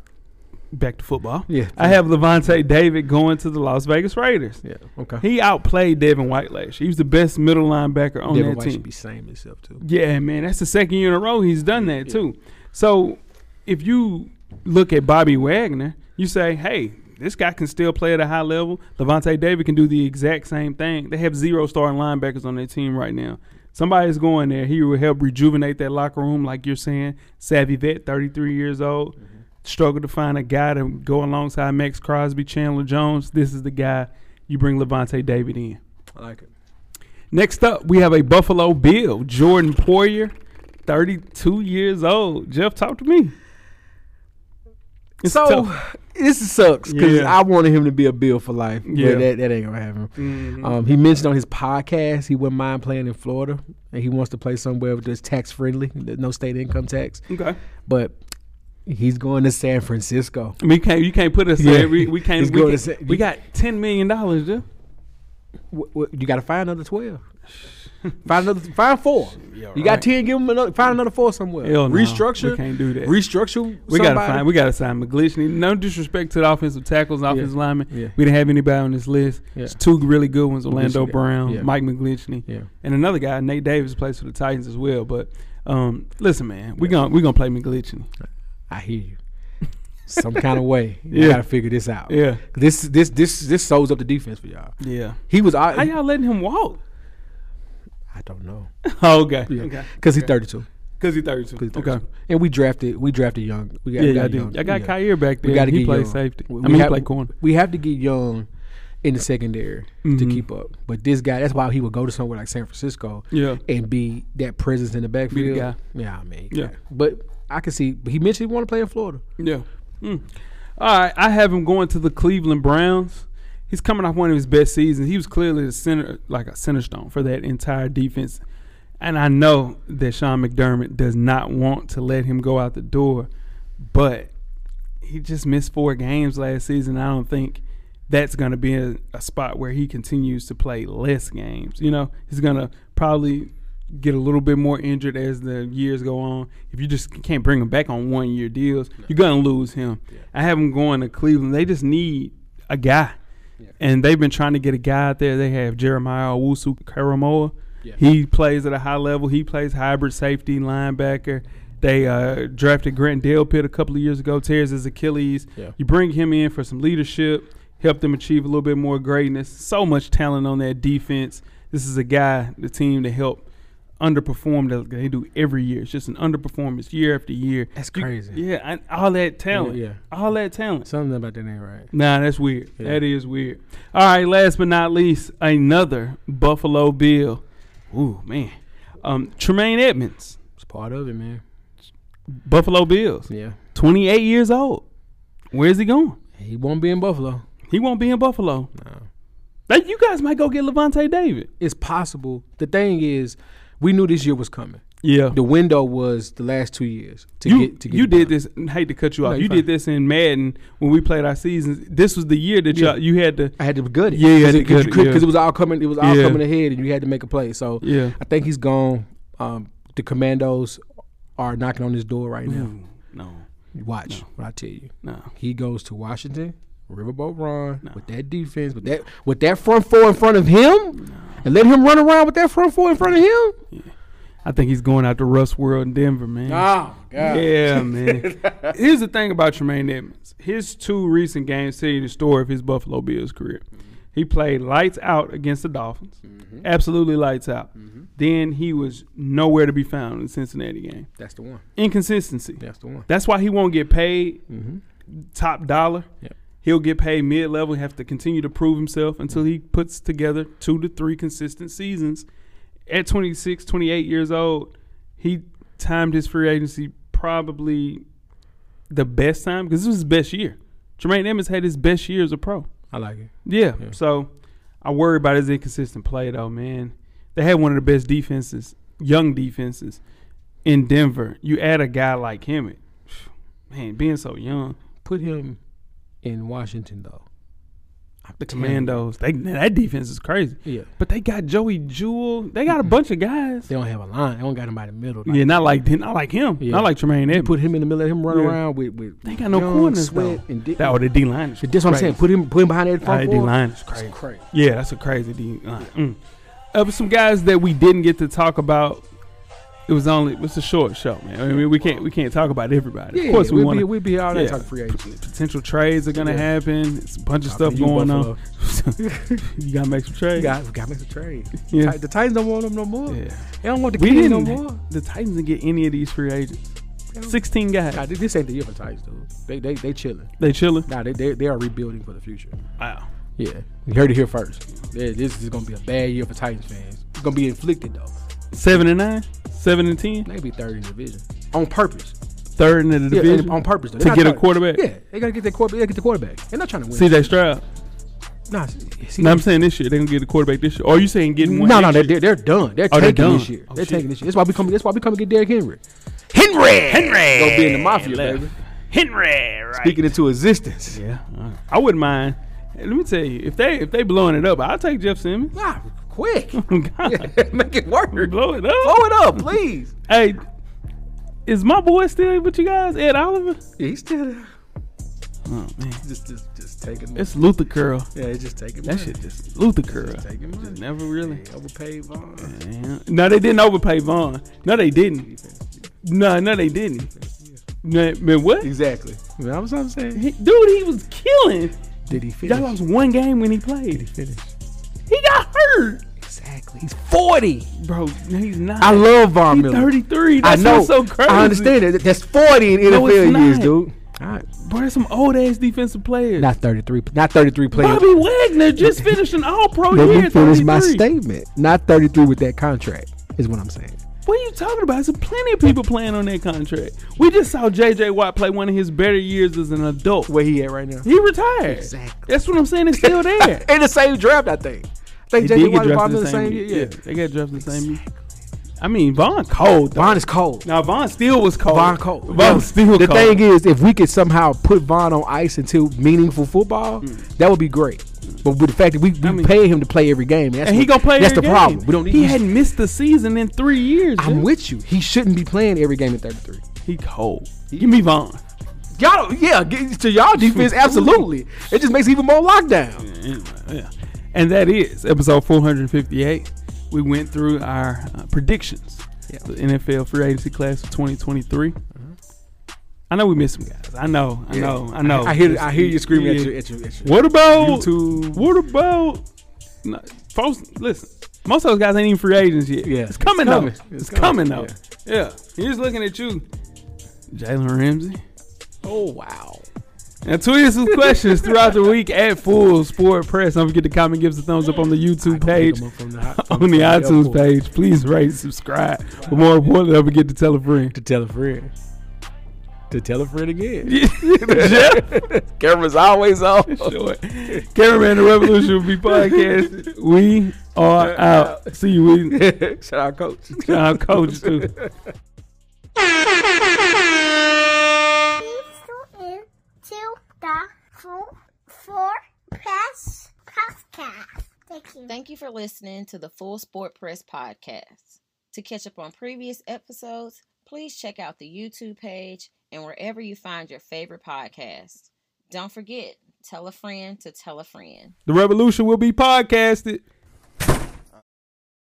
back to football.
Yeah.
I have Levante David going to the Las Vegas Raiders.
Yeah. Okay.
He outplayed Devin White last year. He was the best middle linebacker on
Devin
that
White
team.
should be saying himself too.
Yeah, man, that's the second year in a row he's done that too. So if you look at Bobby Wagner, you say, hey, this guy can still play at a high level. Levante David can do the exact same thing. They have zero starting linebackers on their team right now. Somebody's going there. He will help rejuvenate that locker room, like you're saying. Savvy vet, 33 years old. Struggled to find a guy to go alongside Max Crosby, Chandler Jones. This is the guy you bring Levante David in.
I like it.
Next up, we have a Buffalo Bill, Jordan Poyer, 32 years old. Jeff, talk to me. It's
so
tough.
this sucks because
Yeah.
I wanted him to be a Bill for life.
Yeah. Mm-hmm.
But that, that ain't gonna happen. Um, he mentioned on his podcast he wouldn't mind playing in Florida, and he wants to play somewhere that's tax friendly, no state income tax.
okay,
But he's going to San Francisco.
we can't. You can't put us.
Yeah.
there. We, we can't.
It's
We,
good
can't-
to say-
we got 10 million dollars, Jeff.
Wh- wh- you got to find another twelve. Find another. Find four. you got
right.
ten. Give him another. Find another four somewhere.
Hell no,
restructure.
we can't do that.
Restructure.
We gotta
somebody.
find. We gotta sign McGlishney. No disrespect to the offensive tackles, and
Yeah.
offensive linemen.
Yeah.
We didn't have anybody on this list.
Yeah.
It's two really good ones: Orlando
McGlinchey,
Brown,
yeah.
Mike McGlishney,
Yeah.
and another guy, Nate Davis, plays for the Titans as well. But um, listen, man, we gonna we gonna play McGlishney.
I hear you. Some kind of way. You
Yeah.
gotta figure this out.
Yeah.
This this this this sews up the defense for y'all.
Yeah.
He was
How
I,
y'all letting him walk?
I don't know.
Oh, okay. Okay.
Because he's 32.
Because he's 32.
'Cause he's
Okay.
32. And we drafted we drafted young. We got,
Yeah,
we
y'all
got
did.
young.
Y'all got
yeah.
Kyir back there.
We gotta
he
get
plays
young.
safety.
We,
I mean,
have,
he played corner.
We have to get young in the secondary to
Mhm.
keep up. But this guy, that's why he would go to somewhere like San Francisco
Yeah.
and be that presence in the backfield.
guy.
Yeah, I mean.
Yeah.
But I can see he mentioned he want to play in Florida.
Yeah. Mm. All right. I have him going to the Cleveland Browns. He's coming off one of his best seasons. He was clearly the center, like a center stone for that entire defense. And I know that Sean McDermott does not want to let him go out the door, but he just missed four games last season. I don't think that's going to be a, a spot where he continues to play less games. You know, he's going to probably get a little bit more injured as the years go on. If you just can't bring him back on one year deals, you're going to lose him. I have him going to Cleveland. They just need a guy. And they've been trying to get a guy out there. They have Jeremiah Owusu Karamoa. He plays at a high level. He plays hybrid safety linebacker. They uh, drafted Grant Delpit a couple of years ago. Tears his Achilles.
Yeah.
You bring him in for some leadership, help them achieve a little bit more greatness. So much talent on that defense. This is a guy, the team to help underperform that they do every year. It's just an underperformance year after year.
That's
You-
crazy.
yeah, and all that talent.
Yeah, yeah.
all that talent.
Something about that ain't right.
Nah, that's weird. That is weird. All right, last but not least, another Buffalo Bill. Ooh, man. Um, Tremaine Edmonds,
It's part of it, man.
Buffalo Bills,
Yeah.
28 years old. Where's he going?
He won't be in Buffalo.
He won't be in Buffalo. Like, you guys might go get Levante David.
It's possible. The thing is, we knew this year was coming.
Yeah.
The window was the last two years to
you
get to get.
you
it
did
done.
this. Hate to cut you off.
you're
you
fine.
did this in Madden when we played our seasons. This was the year that
Yeah.
y'all, you had to.
I had to gut it.
Yeah, you had
because
to
it, 'cause
gut
you
it,
could-
yeah.
'cause it was all coming. It was all
Yeah.
coming ahead, and you had to make a play. So
Yeah.
I think he's gone. Um, the Commandos are knocking on his door right now.
No,
Watch what I tell you.
no.
He goes to Washington, Riverboat Ron with that defense, with that with that front four in front of him, and let him run around with that front four in front of him.
I think he's going out to Russ World in Denver, man.
Oh God.
Yeah, man. Here's the thing about Tremaine Edmonds. His two recent games tell you the story of his Buffalo Bills career. He played lights out against the Dolphins, absolutely lights out. Then he was nowhere to be found in the Cincinnati game.
That's the one.
Inconsistency.
That's the one. Mm-hmm.
That's why he won't get paid top dollar.
Yep.
He'll get paid mid level, have to continue to prove himself until he puts together two to three consistent seasons. At 26, 28 years old, he timed his free agency probably the best time because this was his best year. Jermaine Emmons had his best year as a pro.
I like it.
Yeah. So I worry about his inconsistent play, though, man. They had one of the best defenses, young defenses, in Denver. You add a guy like him, it, man, being so young,
Put him in Washington though.
the Commandos, they that defense is crazy.
Yeah.
But they got Joey Jewell. They got a bunch of guys.
They don't have a line. They don't got him by the middle. Like,
Yeah, not like not like him.
Yeah.
Not like Tremaine Edmonds.
Put him in the middle. Let him run
Yeah.
around with with.
they got no
Young,
corners
Sweat
though.
and Dick.
that or the D line. is
That's what I'm saying.
crazy.
Put him put him behind that
Ah,
front
that D line is crazy.
crazy.
Yeah, that's a crazy D line. Mm. Uh, but some guys that we didn't get to talk about. It was only it's a short show, man. I mean, we can't we can't talk about everybody.
Yeah,
of course, we
we'd
want
be- we'd be all that
yeah,
talk free agency.
Potential trades are gonna
Yeah.
happen. It's a bunch of stuff
Talking to you,
going
Buffalo.
on. you gotta make some
We
trades.
got we got to make a trade.
Yeah.
Ti- The Titans don't want him no more.
Yeah.
They don't want the
we
Kings
didn't.
no more.
the Titans didn't get any of these free agents.
They don't-
Sixteen
God,
guys.
thi- this ain't the year for Titans, dude. They they they chilling.
They chilling.
Nah, they, they they are rebuilding for the future.
Wow.
Yeah, you heard it here first. Yeah, this is gonna be a bad year for Titans fans. It's gonna be inflicted though.
Seven and nine. Seven and ten.
They be third in the division on purpose.
Third in the
Yeah,
division.
on purpose though.
to
They're not
get a
trying-
quarterback?
Yeah, they gotta get their quarterback. They gotta get the quarterback. They're not trying to win.
CJ Stroud.
nah, see,
No, I'm saying this year they're gonna get a quarterback this year. Or are you saying getting one?
no, no,
next
they're,
year?
they're they're done. They're
Oh,
taking
they're
this
done.
year.
Oh,
they're
shit.
taking this year. That's why we come. That's why we come and get Derrick Henry.
Henry.
Gonna be in the mafia, baby.
Henry. Right.
Speaking into existence.
Yeah, uh, I wouldn't mind. Hey, let me tell you, if they if they blowing it up, I'll take Jeff Simmons. Oh,
Nah, quick,
God,
make it work. Blow
blow it up.
it up, please.
Hey, is my boy still with you guys, Ed Oliver?
Yeah, he's still there.
Oh man,
just just just taking.
it's Luther curl.
yeah, it's just taking.
That shit just Luther curl.
taking money.
Just never really.
overpaid Vaughn.
Yeah. No, they didn't overpay Vaughn. No, they didn't. No, no, they didn't. No, man, what?
Exactly. That was what I'm saying.
He- dude, he was killing.
Did he finish?
Y'all lost one game when he played.
finish.
He got hurt,
Exactly. He's 40.
bro. No, he's not.
I love Von
He
Miller.
33.
I
That's
know.
what's so crazy.
I understand that. That's 40 in
No, it's
NFL years,
not.
dude. All right.
Bro, there's some old ass defensive players.
Not 33. Not 33 players.
Bobby Wagner just finished an All Pro
Let
year.
me
at
finish my
33.
statement. Not 33 with that contract is what I'm saying.
What are you talking about? There's plenty of people playing on that contract. We just saw J.J. Watt play one of his better years as an adult.
Where he at right now?
He retired.
Exactly.
That's what I'm saying. It's still there.
in the same draft, I think. I think
They
J.J.
did
Watt
get drafted
and Von
the
Miller
same year. Yeah,
year.
they got drafted the same year. I mean, Von cold. Though.
Vaughn is cold.
Now Von still was cold.
Oh, Von cold.
Von still
the
cold.
thing is, if we could somehow put Von on ice until meaningful football, that would be great. But with the fact that we, we
mean-
pay him to play every game, that's
and he
what-
gonna play.
That's
every
the
game.
problem. We don't need.
He
we-
hadn't missed the season in three years.
I'm
dude.
with you. He shouldn't be playing every game at 33.
He cold. Give me Von.
Y'all, yeah, get- to y'all defense, absolutely. It just makes it even more lockdown.
Anyway, yeah. And that is episode 458. We went through our uh, predictions.
Yeah.
The NFL free agency class of 2023. I know we missed some guys. I know. I know. I know.
Mm-hmm. I hear, I hear you screaming
Yeah.
at your, at your, at your
What about
YouTube.
What about no, folks? Listen, most of those guys ain't even free agents yet.
Yeah.
it's coming
It's
though.
coming.
It's,
It's
coming,
coming,
though. Yeah. he's looking at you, Jalen Ramsey.
Oh wow.
And tweet us with questions throughout the week at Full Sport Press. Don't forget to comment, give us a thumbs up on the YouTube
pick
page,
'em up from the hot-
on
from
the
the
iTunes
airport.
page. Please rate, subscribe. But more importantly, don't forget to tell a friend.
To tell a friend. To tell a friend again.
Jeff,
Camera's always on.
sure. Cameraman the Revolution will be podcast. We are out. See you, we.
Shout out, coach.
Our coach too.
Please tune in to the Full Four Press Podcast. Thank you.
Thank you for listening to the Full Sport Press podcast. To catch up on previous episodes, please check out the YouTube page and wherever you find your favorite podcast. Don't forget, tell a friend to tell a friend.
The revolution will be podcasted.